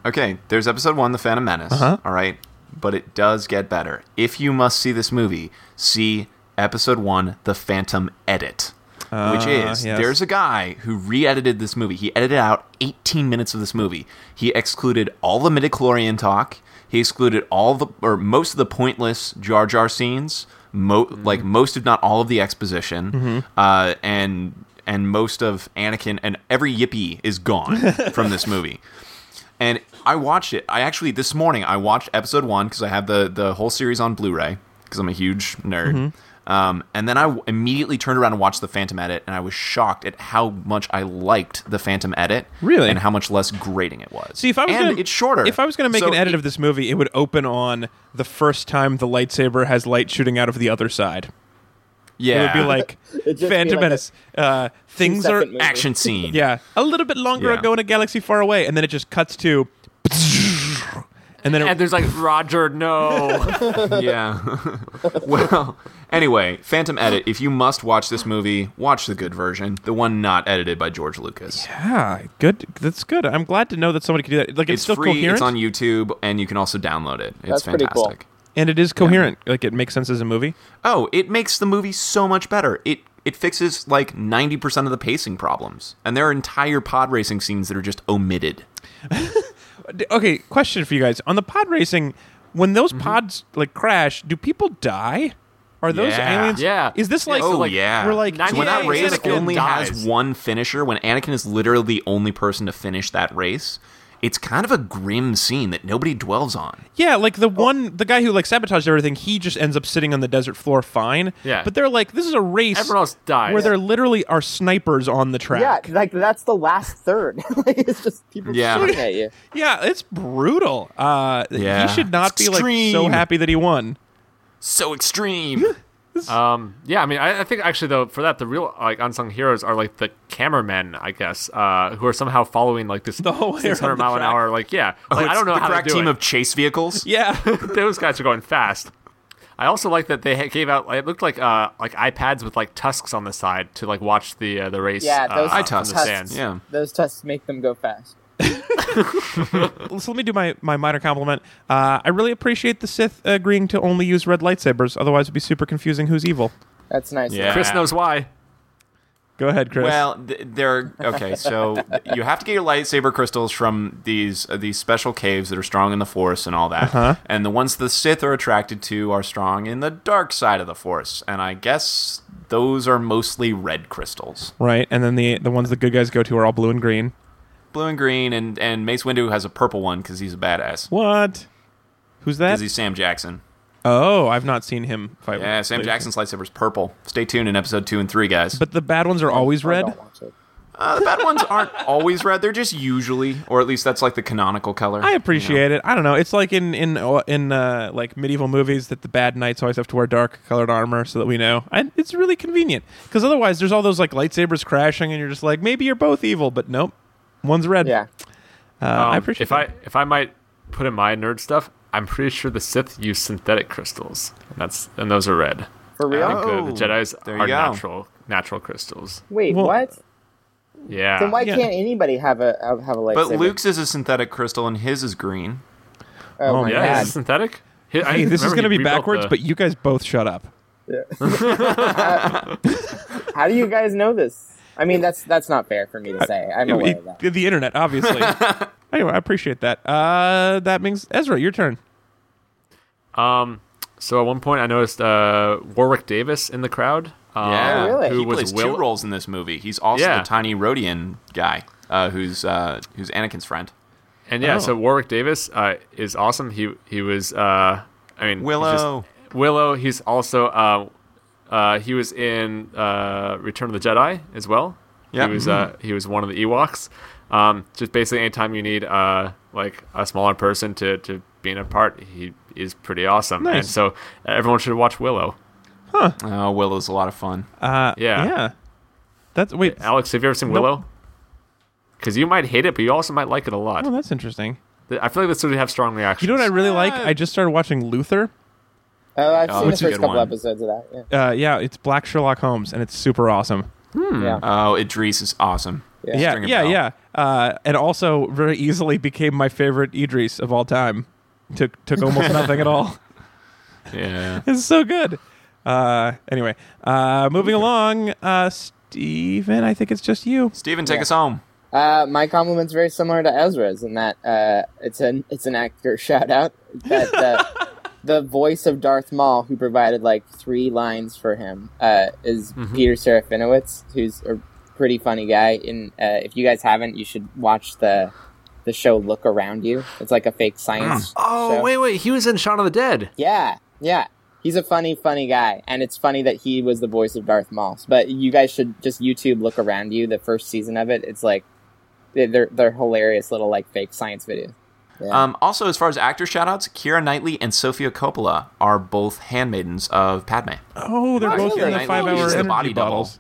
Speaker 4: Okay, there's episode one, The Phantom Menace.
Speaker 2: Uh-huh.
Speaker 4: all right, but it does get better. If you must see this movie, see episode one, The Phantom Edit, which
Speaker 2: Uh, yes.
Speaker 4: is there's a guy who re-edited this movie. He edited out 18 minutes of this movie. He excluded all the midichlorian talk. He excluded all the or most of the pointless Jar Jar scenes, mo-
Speaker 2: Mm-hmm.
Speaker 4: like most if not all of the exposition, uh, and and most of Anakin and every yippee is gone from this movie and I watched it. I actually this morning I watched episode one because I have the the whole series on Blu-ray because I'm a huge nerd.
Speaker 2: Mm-hmm.
Speaker 4: Um, and then I w- immediately turned around and watched the Phantom edit, and I was shocked at how much I liked the Phantom edit,
Speaker 2: Really?
Speaker 4: and how much less grating it was.
Speaker 2: See, if I was
Speaker 4: and
Speaker 2: gonna,
Speaker 4: it's shorter.
Speaker 2: If I was going to make
Speaker 4: So
Speaker 2: an edit
Speaker 4: it-
Speaker 2: of this movie, it would open on the first time the lightsaber has light shooting out of the other side.
Speaker 4: yeah,
Speaker 2: It would be like
Speaker 5: It'd just
Speaker 2: Phantom
Speaker 5: be like
Speaker 2: Menace. uh, things are
Speaker 5: two-second movie.
Speaker 4: action scene.
Speaker 2: yeah a little bit longer
Speaker 4: Yeah.
Speaker 2: ago in a galaxy far away, and then it just cuts to, and then it,
Speaker 3: And there's like Roger, no.
Speaker 4: yeah. well, anyway, Phantom Edit. If you must watch this movie, watch the good version, the one not edited by George Lucas.
Speaker 2: yeah, Ah, good. That's good. I'm glad to know that somebody could do that. Like it's,
Speaker 4: It's
Speaker 2: still
Speaker 4: free.
Speaker 2: coherent,
Speaker 4: It's on YouTube, and you can also download it. It's
Speaker 5: That's pretty
Speaker 4: fantastic.
Speaker 5: cool.
Speaker 2: and it is coherent. Like it makes sense as a movie.
Speaker 4: Oh, it makes the movie so much better. It it fixes like 90% of the pacing problems. And there are entire pod racing scenes that are just omitted.
Speaker 2: D- Okay, question for you guys on the pod racing. When
Speaker 4: Mm-hmm.
Speaker 2: those pods like crash, do people die? Are those
Speaker 4: Yeah.
Speaker 2: aliens?
Speaker 3: Yeah.
Speaker 2: Is this
Speaker 3: Yeah,
Speaker 2: like?
Speaker 3: so,
Speaker 4: oh
Speaker 3: like,
Speaker 4: yeah.
Speaker 2: we're like,
Speaker 4: so when that
Speaker 2: yay,
Speaker 4: race
Speaker 2: Anakin
Speaker 4: only
Speaker 3: dies.
Speaker 4: has one finisher, when Anakin is literally the only person to finish that race, it's kind of a grim scene that nobody dwells on.
Speaker 2: Yeah, like the
Speaker 4: Oh.
Speaker 2: one, the guy who like sabotaged everything, he just ends up sitting on the desert floor fine.
Speaker 3: Yeah.
Speaker 2: But they're like, this is a race
Speaker 3: Everyone else dies.
Speaker 2: where there literally are snipers on the
Speaker 5: Yeah,
Speaker 2: track.
Speaker 5: like that's the last third. like it's just people
Speaker 4: Yeah.
Speaker 5: shooting at you.
Speaker 2: Yeah, it's brutal. Uh,
Speaker 4: Yeah.
Speaker 2: He should not
Speaker 4: It's
Speaker 2: be like so
Speaker 4: extreme.
Speaker 2: happy that he won.
Speaker 4: So extreme.
Speaker 3: Um, yeah, I mean, I, I think actually though for that the real like unsung heroes are like the cameramen, I guess, uh, who are somehow following like this
Speaker 2: The whole way around
Speaker 3: 600
Speaker 2: the
Speaker 3: mile an
Speaker 2: track. Oh,
Speaker 3: hour. Like, yeah, like, I
Speaker 4: It's
Speaker 3: don't know
Speaker 4: the
Speaker 3: how
Speaker 4: crack
Speaker 3: to do
Speaker 4: team
Speaker 3: it.
Speaker 4: of chase vehicles.
Speaker 2: Yeah.
Speaker 3: Those guys are going fast. I also like that they ha- gave out. It looked like uh, like iPads with like tusks on the side to like watch the uh, the race.
Speaker 5: Yeah, those
Speaker 3: uh,
Speaker 4: tusks.
Speaker 3: From the
Speaker 5: tusks.
Speaker 3: stands.
Speaker 4: Yeah.
Speaker 5: Those tests make them go fast.
Speaker 2: so let me do my, my minor compliment. Uh, I really appreciate the Sith agreeing to only use red lightsabers. Otherwise, it'd be super confusing who's evil.
Speaker 5: That's nice.
Speaker 4: Yeah.
Speaker 3: Chris knows why.
Speaker 2: Go ahead, Chris.
Speaker 4: Well, th- they're okay. So you have to get your lightsaber crystals from these uh, these special caves that are strong in the force and all that.
Speaker 2: Uh-huh.
Speaker 4: And the ones the Sith are attracted to are strong in the dark side of the force. And I guess those are mostly red crystals,
Speaker 2: right. And then the, the ones the good guys go to are all blue and green.
Speaker 4: blue and green. And and Mace Windu has a purple one because he's a badass.
Speaker 2: What? Who's that?
Speaker 4: Because he's Sam Jackson.
Speaker 2: oh, I've not seen him fight.
Speaker 4: Yeah,
Speaker 2: with-
Speaker 4: Sam Jackson's lightsaber's purple. Stay tuned in episode two and three, guys.
Speaker 2: But the bad ones are always
Speaker 5: Oh, I
Speaker 2: red.
Speaker 5: don't watch it.
Speaker 4: Uh, the bad ones aren't always red. They're just usually, or at least that's like the canonical color.
Speaker 2: I appreciate it. I don't know. It's like in in in uh, like medieval movies that the bad knights always have to wear dark colored armor so that we know. And it's really convenient because otherwise there's all those like lightsabers crashing and you're just like maybe you're both evil, but nope, one's red.
Speaker 5: Yeah.
Speaker 2: uh, I appreciate.
Speaker 3: Um, If I if I might put in my nerd stuff, I'm pretty sure the Sith use synthetic crystals. And that's and those are red.
Speaker 5: For real?
Speaker 3: I think the, the
Speaker 4: Oh,
Speaker 3: Jedi's
Speaker 4: there
Speaker 3: are
Speaker 4: you go.
Speaker 3: natural natural crystals.
Speaker 5: Wait,
Speaker 2: Well-
Speaker 5: what?
Speaker 3: Yeah.
Speaker 5: Then why
Speaker 2: yeah.
Speaker 5: can't anybody have a have have a lightsaber?
Speaker 4: But Luke's is a synthetic crystal and his is green.
Speaker 5: oh, my
Speaker 2: yeah,
Speaker 3: Yeah,
Speaker 5: god.
Speaker 3: is it synthetic? He- I
Speaker 2: Hey, this is
Speaker 3: remember
Speaker 2: going to be
Speaker 3: he rebuilt
Speaker 2: backwards,
Speaker 3: the-
Speaker 2: but you guys both shut up.
Speaker 5: How do you guys know this? I mean, that's that's not fair for me to say. I'm aware of that.
Speaker 2: The, the internet, obviously. anyway, I appreciate that. Uh, that means Ezra, your turn.
Speaker 3: so at one point I noticed uh, Warwick Davis in the crowd. Um,
Speaker 4: Yeah,
Speaker 5: Oh, really?
Speaker 3: Who
Speaker 4: he
Speaker 3: was
Speaker 4: plays
Speaker 3: Will-
Speaker 4: two roles in this movie. He's also
Speaker 3: Yeah.
Speaker 4: the tiny Rhodian guy, uh, who's uh, who's Anakin's friend.
Speaker 3: And yeah,
Speaker 2: Oh.
Speaker 3: so Warwick Davis uh, is awesome. He he was uh, I mean he's
Speaker 4: Willow.
Speaker 3: just- Willow. He's also uh, uh, he was in uh, Return of the Jedi as well.
Speaker 4: Yeah.
Speaker 3: He was uh,
Speaker 2: Hmm.
Speaker 3: he was one of the Ewoks. Um, just basically anytime you need uh, like a smaller person to, to be in a part, he is pretty awesome. And
Speaker 2: Nice.
Speaker 3: so everyone should watch Willow.
Speaker 4: Oh, Willow's a lot of fun.
Speaker 2: Uh,
Speaker 3: Yeah.
Speaker 2: yeah. That's wait.
Speaker 3: Alex, have you ever seen Willow? Because you might hate it, but you also might like it a lot.
Speaker 2: Oh, that's interesting.
Speaker 3: Th- I feel like this would have strong reactions.
Speaker 2: You know what I really like?
Speaker 4: Yeah.
Speaker 2: I just started watching Luther.
Speaker 5: Oh, I've
Speaker 4: Oh,
Speaker 5: seen the
Speaker 4: that's a
Speaker 5: first
Speaker 4: good
Speaker 5: couple
Speaker 4: one.
Speaker 5: episodes of that. Yeah.
Speaker 2: Uh, yeah, it's Black Sherlock Holmes, and it's super awesome.
Speaker 5: yeah.
Speaker 4: Oh, Idris is awesome.
Speaker 5: Yeah.
Speaker 2: Yeah,
Speaker 4: String a
Speaker 2: yeah,
Speaker 4: bell.
Speaker 2: yeah. Uh, and also, very easily became my favorite Idris of all time. Took took almost nothing at all.
Speaker 4: Yeah.
Speaker 2: It's so good. Uh, anyway, uh, moving along, uh, Steven, I think it's just you.
Speaker 4: Steven, take
Speaker 5: Yeah.
Speaker 4: us home.
Speaker 5: Uh, my compliment's very similar to Ezra's in that uh, it's an it's an actor shout out that the, the voice of Darth Maul, who provided like three lines for him, uh, is Peter Serafinowicz, who's a pretty funny guy. And uh, if you guys haven't, you should watch the the show Look Around You. It's like a fake science.
Speaker 3: Oh
Speaker 5: show.
Speaker 3: wait, wait, he was in Shaun of the Dead.
Speaker 5: Yeah, yeah. he's a funny, funny guy, and it's funny that he was the voice of Darth Maul. But you guys should just YouTube look around you. The first season of it, it's like they're- they're they're hilarious little like fake science videos.
Speaker 4: Um, also, as far as actor shoutouts, Kira Knightley and Sofia Coppola are both handmaidens of Padme.
Speaker 2: Oh, they're both in the
Speaker 4: Knightley
Speaker 2: five hour
Speaker 4: is the
Speaker 2: energy
Speaker 4: body double.
Speaker 2: bottles.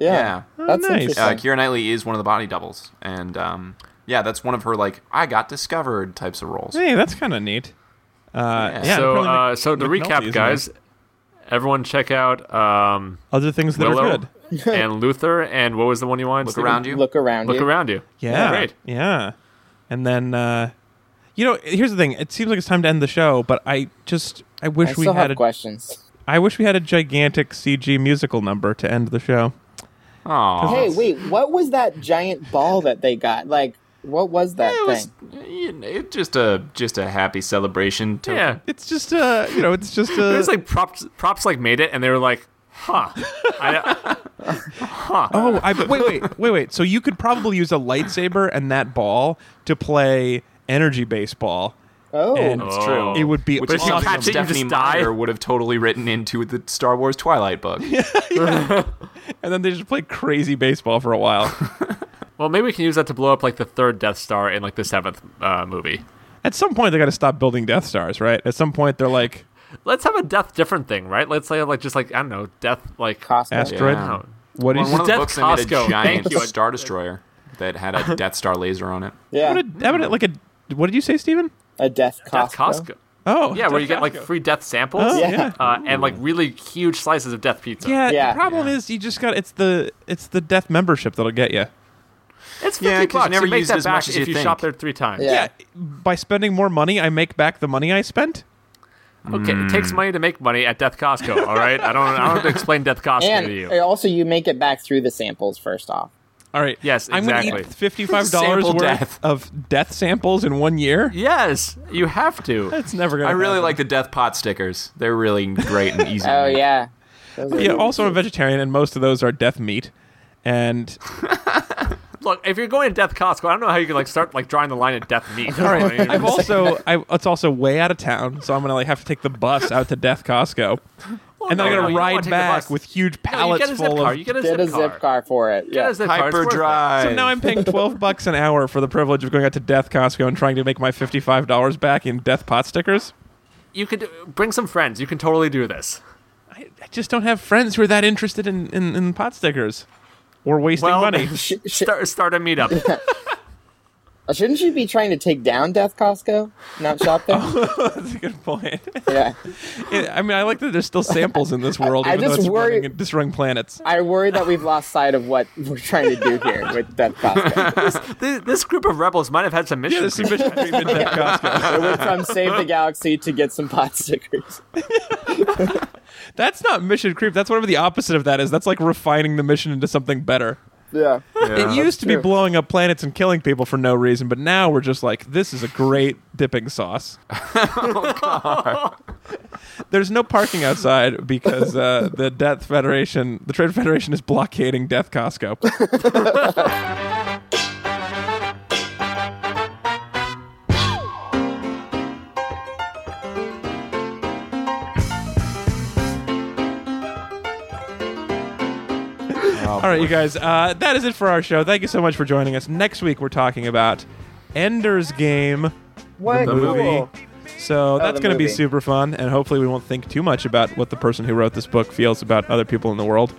Speaker 4: Yeah.
Speaker 5: Oh, that's
Speaker 2: nice.
Speaker 5: interesting.
Speaker 4: Uh, Kira Knightley is one of the body doubles, and um, yeah, that's one of her like I got discovered types of roles.
Speaker 2: Hey, that's kind of neat. Uh, yeah,
Speaker 3: so,
Speaker 2: probably
Speaker 3: uh,
Speaker 2: Mc-
Speaker 3: so to
Speaker 2: McNulty, isn't
Speaker 3: recap,
Speaker 2: it?
Speaker 3: guys, everyone check out um,
Speaker 2: other things that are
Speaker 3: Willow
Speaker 2: good.
Speaker 3: and Luther, and what was the one you wanted?
Speaker 4: Look
Speaker 3: Steven?
Speaker 4: around you.
Speaker 5: look around.
Speaker 3: Look
Speaker 5: you.
Speaker 3: around you.
Speaker 2: Yeah,
Speaker 3: great.
Speaker 2: Yeah, and then uh, you know, here's the thing. It seems like it's time to end the show, but I just I wish
Speaker 5: I
Speaker 2: we
Speaker 5: still
Speaker 2: had
Speaker 5: have
Speaker 2: a I
Speaker 5: questions.
Speaker 2: wish we had a gigantic CG musical number to end the show.
Speaker 4: Aw.
Speaker 5: Hey, wait, what was that giant ball that they got? Like, what was that
Speaker 4: it was
Speaker 5: thing?
Speaker 4: you know, it just a just a happy celebration. To,
Speaker 3: Yeah.
Speaker 2: It's just uh, you know, it's just uh,
Speaker 3: It was like props. Props like made it, and they were like, "Huh." I,
Speaker 2: Oh, I, wait, wait, wait, wait. So you could probably use a lightsaber and that ball to play energy baseball.
Speaker 5: Oh,
Speaker 2: And
Speaker 4: it's true.
Speaker 2: it would be
Speaker 4: Which
Speaker 3: But
Speaker 4: is
Speaker 3: if you
Speaker 4: something
Speaker 3: catch it, you
Speaker 4: Stephanie
Speaker 3: just die.
Speaker 4: Meyer would have totally written into the Star Wars Twilight book.
Speaker 2: and then they just play crazy baseball for a while.
Speaker 3: well, maybe we can use that to blow up like the third Death Star in like the seventh uh, movie.
Speaker 2: At some point, they got to stop building Death Stars, right? At some point, they're like
Speaker 3: Let's have a death different thing, right? Let's say like just like I don't know, death like
Speaker 5: Costco.
Speaker 2: asteroid.
Speaker 4: Yeah.
Speaker 2: What
Speaker 4: Well,
Speaker 2: is?
Speaker 4: one of the
Speaker 3: Death
Speaker 4: books they made a
Speaker 3: Costco.
Speaker 4: giant
Speaker 3: Thank you.
Speaker 4: Star Destroyer that had a Death Star laser on it.
Speaker 5: Yeah,
Speaker 2: what did, how about it, like a? What did you say, Steven?
Speaker 5: a death Costco.
Speaker 3: death Costco.
Speaker 2: Oh,
Speaker 3: Yeah, where you get like
Speaker 2: Costco.
Speaker 3: free death samples
Speaker 2: Oh,
Speaker 5: Yeah.
Speaker 2: yeah.
Speaker 3: uh, and like really huge slices of death pizza.
Speaker 2: Yeah,
Speaker 5: Yeah.
Speaker 2: the problem is you just got it's the it's the death membership that'll get you.
Speaker 3: it's fifty
Speaker 4: Yeah, 'cause you
Speaker 3: bucks. You
Speaker 4: never
Speaker 3: make
Speaker 4: use it
Speaker 3: that
Speaker 4: as
Speaker 3: back
Speaker 4: much as
Speaker 3: if
Speaker 4: you
Speaker 3: you shop
Speaker 4: think.
Speaker 3: there three times.
Speaker 5: Yeah.
Speaker 2: Yeah, by spending more money, I make back the money I spent.
Speaker 3: Okay, it takes money to make money at Death Costco. All right, I don't, I don't have to explain Death Costco
Speaker 5: And
Speaker 3: to you.
Speaker 5: also, you make it back through the samples first off.
Speaker 2: All right.
Speaker 3: Yes,
Speaker 2: I'm going to
Speaker 3: exactly.
Speaker 2: eat fifty-five dollars
Speaker 4: Sample
Speaker 2: worth
Speaker 4: death.
Speaker 2: of death samples in one year.
Speaker 3: yes, you have to.
Speaker 2: That's never going.
Speaker 4: I really like the Death Pot stickers. They're really great and easy. to
Speaker 5: Oh
Speaker 4: make.
Speaker 5: yeah. Those are-
Speaker 2: Yeah. Also, I'm a vegetarian, and most of those are death meat. And
Speaker 3: Look, if you're going to Death Costco, I don't know how you can like start like drawing the line at Death Meat.
Speaker 2: all right, I've also I, it's also way out of town, so I'm gonna like have to take the bus out to Death Costco, and then
Speaker 3: no,
Speaker 2: I'm
Speaker 3: no,
Speaker 2: gonna
Speaker 3: you don't wanna
Speaker 2: ride
Speaker 3: take the
Speaker 2: back
Speaker 3: bus.
Speaker 2: with huge
Speaker 3: No, you
Speaker 2: pallets
Speaker 3: get a zip
Speaker 2: full
Speaker 3: car.
Speaker 2: of.
Speaker 3: You get a,
Speaker 5: Get
Speaker 3: zip,
Speaker 5: a zip car for it.
Speaker 3: Get
Speaker 5: Yeah.
Speaker 3: a zip car. It's worth it.
Speaker 4: Hyperdrive.
Speaker 2: So now I'm paying twelve bucks an hour for the privilege of going out to Death Costco and trying to make my fifty-five dollars back in death pot stickers.
Speaker 3: You could bring some friends. You can totally do this.
Speaker 2: I, I just don't have friends who are that interested in in, in pot stickers or wasting
Speaker 3: Well,
Speaker 2: money.
Speaker 5: Sh- sh-
Speaker 3: Start, start a meetup.
Speaker 5: Uh, shouldn't you be trying to take down Death Costco, not shop there?
Speaker 2: That's a good point.
Speaker 5: yeah.
Speaker 2: I mean, I like that there's still samples in this world,
Speaker 5: I
Speaker 2: even though
Speaker 5: just
Speaker 2: it's
Speaker 5: worry-
Speaker 2: running and destroying planets.
Speaker 5: I worry that we've lost sight of what we're trying to do here with Death Costco.
Speaker 3: Th- this group of rebels might have had some
Speaker 2: Yeah,
Speaker 3: mission.
Speaker 2: there's some mission creep in Death Costco.
Speaker 5: It went from Save the Galaxy to get some pot stickers.
Speaker 2: That's not mission creep. That's whatever the opposite of that is. That's like refining the mission into something better.
Speaker 5: Yeah.
Speaker 2: it used to be
Speaker 5: true.
Speaker 2: blowing up planets and killing people for no reason, but now we're just like, this is a great dipping sauce.
Speaker 5: Oh,
Speaker 2: There's no parking outside because uh, the Death Federation, the Trade Federation, is blockading Death Costco.
Speaker 5: Oh,
Speaker 2: All right, you guys, uh, that is it for our show. Thank you so much for joining us. Next week, we're talking about Ender's Game,
Speaker 5: What?
Speaker 2: the movie. So that's
Speaker 5: Oh, the
Speaker 2: going to be
Speaker 5: movie.
Speaker 2: super fun, and hopefully, we won't think too much about what the person who wrote this book feels about other people in the world.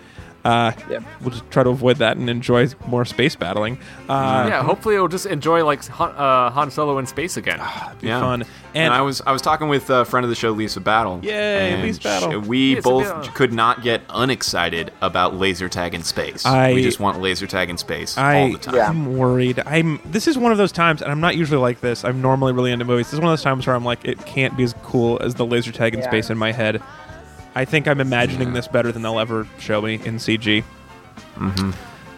Speaker 2: Uh,
Speaker 5: Yep.
Speaker 2: We'll just try to avoid that and enjoy more space battling.
Speaker 4: Mm-hmm.
Speaker 2: Uh,
Speaker 3: yeah, hopefully we'll just enjoy like Han, uh, Han Solo in space again.
Speaker 2: be fun. And,
Speaker 4: And I was I was talking with a friend of the show, Lisa Battle.
Speaker 2: Yay,
Speaker 4: and
Speaker 2: Lisa Battle.
Speaker 4: sh- We
Speaker 3: Lisa
Speaker 4: both
Speaker 3: Battle.
Speaker 4: could not get unexcited about laser tag in space.
Speaker 2: I-
Speaker 4: we just want laser tag in space
Speaker 2: I,
Speaker 4: all the time.
Speaker 5: Yeah.
Speaker 2: I'm worried. I'm. This is one of those times, and I'm not usually like this. I'm normally really into movies. This is one of those times where I'm like, it can't be as cool as the laser tag in
Speaker 5: Yeah.
Speaker 2: space in my head. I think I'm imagining this better than they'll ever show me in CG.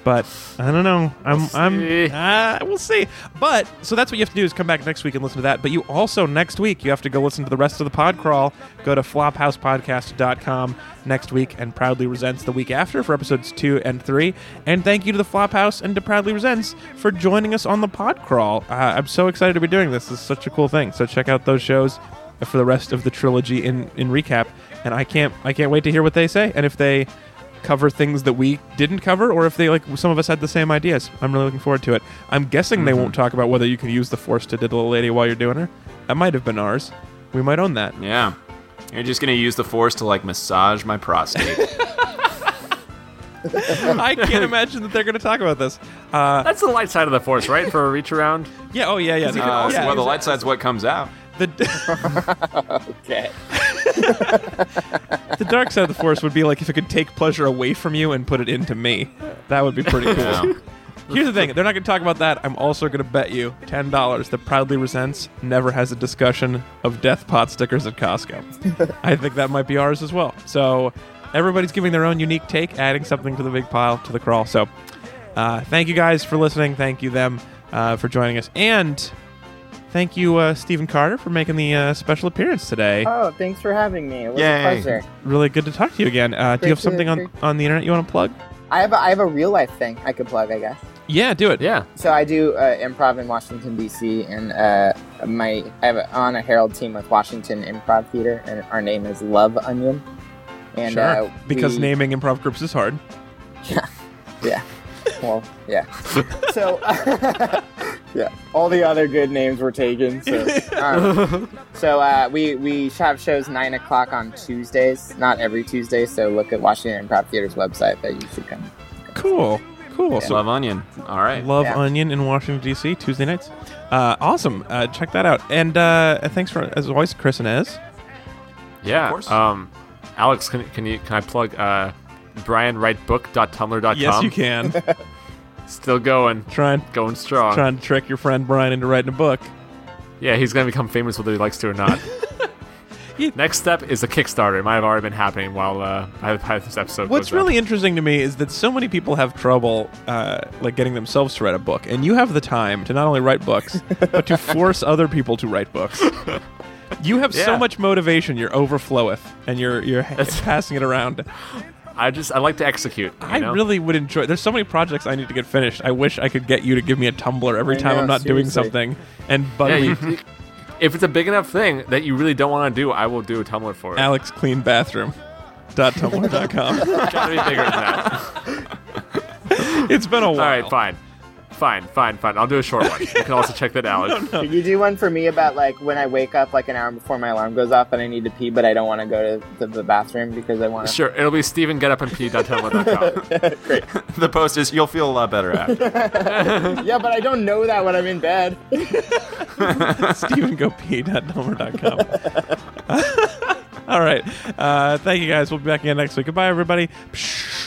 Speaker 2: But I don't know. I'm.
Speaker 3: see.
Speaker 2: I'm. Uh, we'll see. But so that's what you have to do is come back next week and listen to that. But you also next week you have to go listen to the rest of the pod crawl. Go to flophousepodcast.com next week and proudly resents the week after for episodes two and three. And thank you to the Flophouse and to proudly resents for joining us on the pod crawl. Uh, I'm so excited to be doing this. This is such a cool thing. So check out those shows for the rest of the trilogy in in recap. and I can't I can't wait to hear what they say and if they cover things that we didn't cover or if they like some of us had the same ideas. I'm really looking forward to it. I'm guessing they won't talk about whether you can use the force to diddle a lady while you're doing her. That might have been ours. We might own that.
Speaker 4: Yeah. You're just gonna use the force to like massage my prostate.
Speaker 2: I can't imagine that they're going to talk about this. Uh,
Speaker 3: That's the light side of the force, right? For a reach around.
Speaker 2: yeah. Oh yeah. Yeah.
Speaker 4: Uh,
Speaker 2: yeah,
Speaker 4: well, the
Speaker 2: exa-
Speaker 4: light side's what comes out.
Speaker 2: the,
Speaker 5: Okay.
Speaker 2: the dark side of the force would be like if it could take pleasure away from you and put it into me. That would be pretty cool.
Speaker 4: Yeah.
Speaker 2: Here's the thing: they're not going to talk about that. I'm also going to bet you ten dollars that proudly resents never has a discussion of death pot stickers at Costco. I think that might be ours as well. So everybody's giving their own unique take, adding something to the big pile to the crawl. So uh, thank you guys for listening. Thank you them uh, for joining us, and thank you uh, Stephen Carter for making the uh, special appearance today.
Speaker 5: Oh, thanks for having me. It was
Speaker 4: Yay.
Speaker 5: a pleasure.
Speaker 2: Really good to talk to you again. Uh, do you
Speaker 5: Great
Speaker 2: have
Speaker 5: to-
Speaker 2: something on,
Speaker 5: great-
Speaker 2: on the internet you want to plug?
Speaker 5: I have a, I have a real life thing I could plug, I guess.
Speaker 2: Yeah, do it.
Speaker 3: Yeah.
Speaker 5: So I do uh, improv in Washington D.C. and uh, my I have a, on a Herald team with Washington Improv Theater, and our name is Love Onion. And
Speaker 2: sure.
Speaker 5: uh,
Speaker 2: because
Speaker 5: we-
Speaker 2: naming improv groups is hard.
Speaker 5: Yeah. Well, yeah. so, yeah, all the other good names were taken. So, um, so uh, we we have shows nine o'clock on Tuesdays, not every Tuesday. So look at Washington Improv Theater's website that you should come.
Speaker 2: Cool. Cool. So
Speaker 4: Love onion. All right.
Speaker 2: Love
Speaker 5: Yeah.
Speaker 2: Onion in Washington D.C. Tuesday nights. Uh, awesome. Uh, check that out. And uh, thanks for as always, Chris and Ez.
Speaker 3: Yeah.
Speaker 4: Of course.
Speaker 3: Um, Alex, can, can you can I plug uh, brianwrightbook.tumblr.com?
Speaker 2: Yes, you can.
Speaker 3: Still going,
Speaker 2: trying
Speaker 3: going strong.
Speaker 2: trying to trick your friend Brian into writing a book.
Speaker 3: Yeah, he's gonna become famous whether he likes to or not.
Speaker 2: Yeah.
Speaker 3: Next step is the Kickstarter. It might have already been happening while uh, by the by this episode.
Speaker 2: What's
Speaker 3: goes up.
Speaker 2: really interesting to me is that so many people have trouble uh, like getting themselves to write a book, and you have the time to not only write books but to force other people to write books. You have so
Speaker 3: Yeah.
Speaker 2: much motivation, you're overfloweth, and you're you're passing it around.
Speaker 3: I just I like to execute. you
Speaker 2: I
Speaker 3: know?
Speaker 2: really would enjoy. There's so many projects I need to get finished. I wish I could get you to give me a Tumblr every
Speaker 5: I
Speaker 2: time
Speaker 5: know,
Speaker 2: I'm not doing
Speaker 5: seriously.
Speaker 2: something. And
Speaker 3: Yeah,
Speaker 2: Buddy,
Speaker 3: you- if it's a big enough thing that you really don't want to do, I will do a Tumblr for it.
Speaker 2: Alex Clean Bathroom. Dot tumblr.com.
Speaker 3: It's gotta be bigger than that.
Speaker 2: it's been a while.
Speaker 3: All right, fine, fine, fine, fine. I'll do a short one. You can also check that out.
Speaker 5: Could you do one for me about like when I wake up like an hour before my alarm goes off and I need to pee, but I don't want to go to the, the bathroom because I want to.
Speaker 3: Sure, it'll be Steven Get Up and Pee.tumblr.com.
Speaker 4: The post is you'll feel a lot better after.
Speaker 5: Yeah, but I don't know that when I'm in bed.
Speaker 2: StephenGoP.tumblr.com. All right. Uh, thank you guys. We'll be back again next week. Goodbye, everybody. Psh.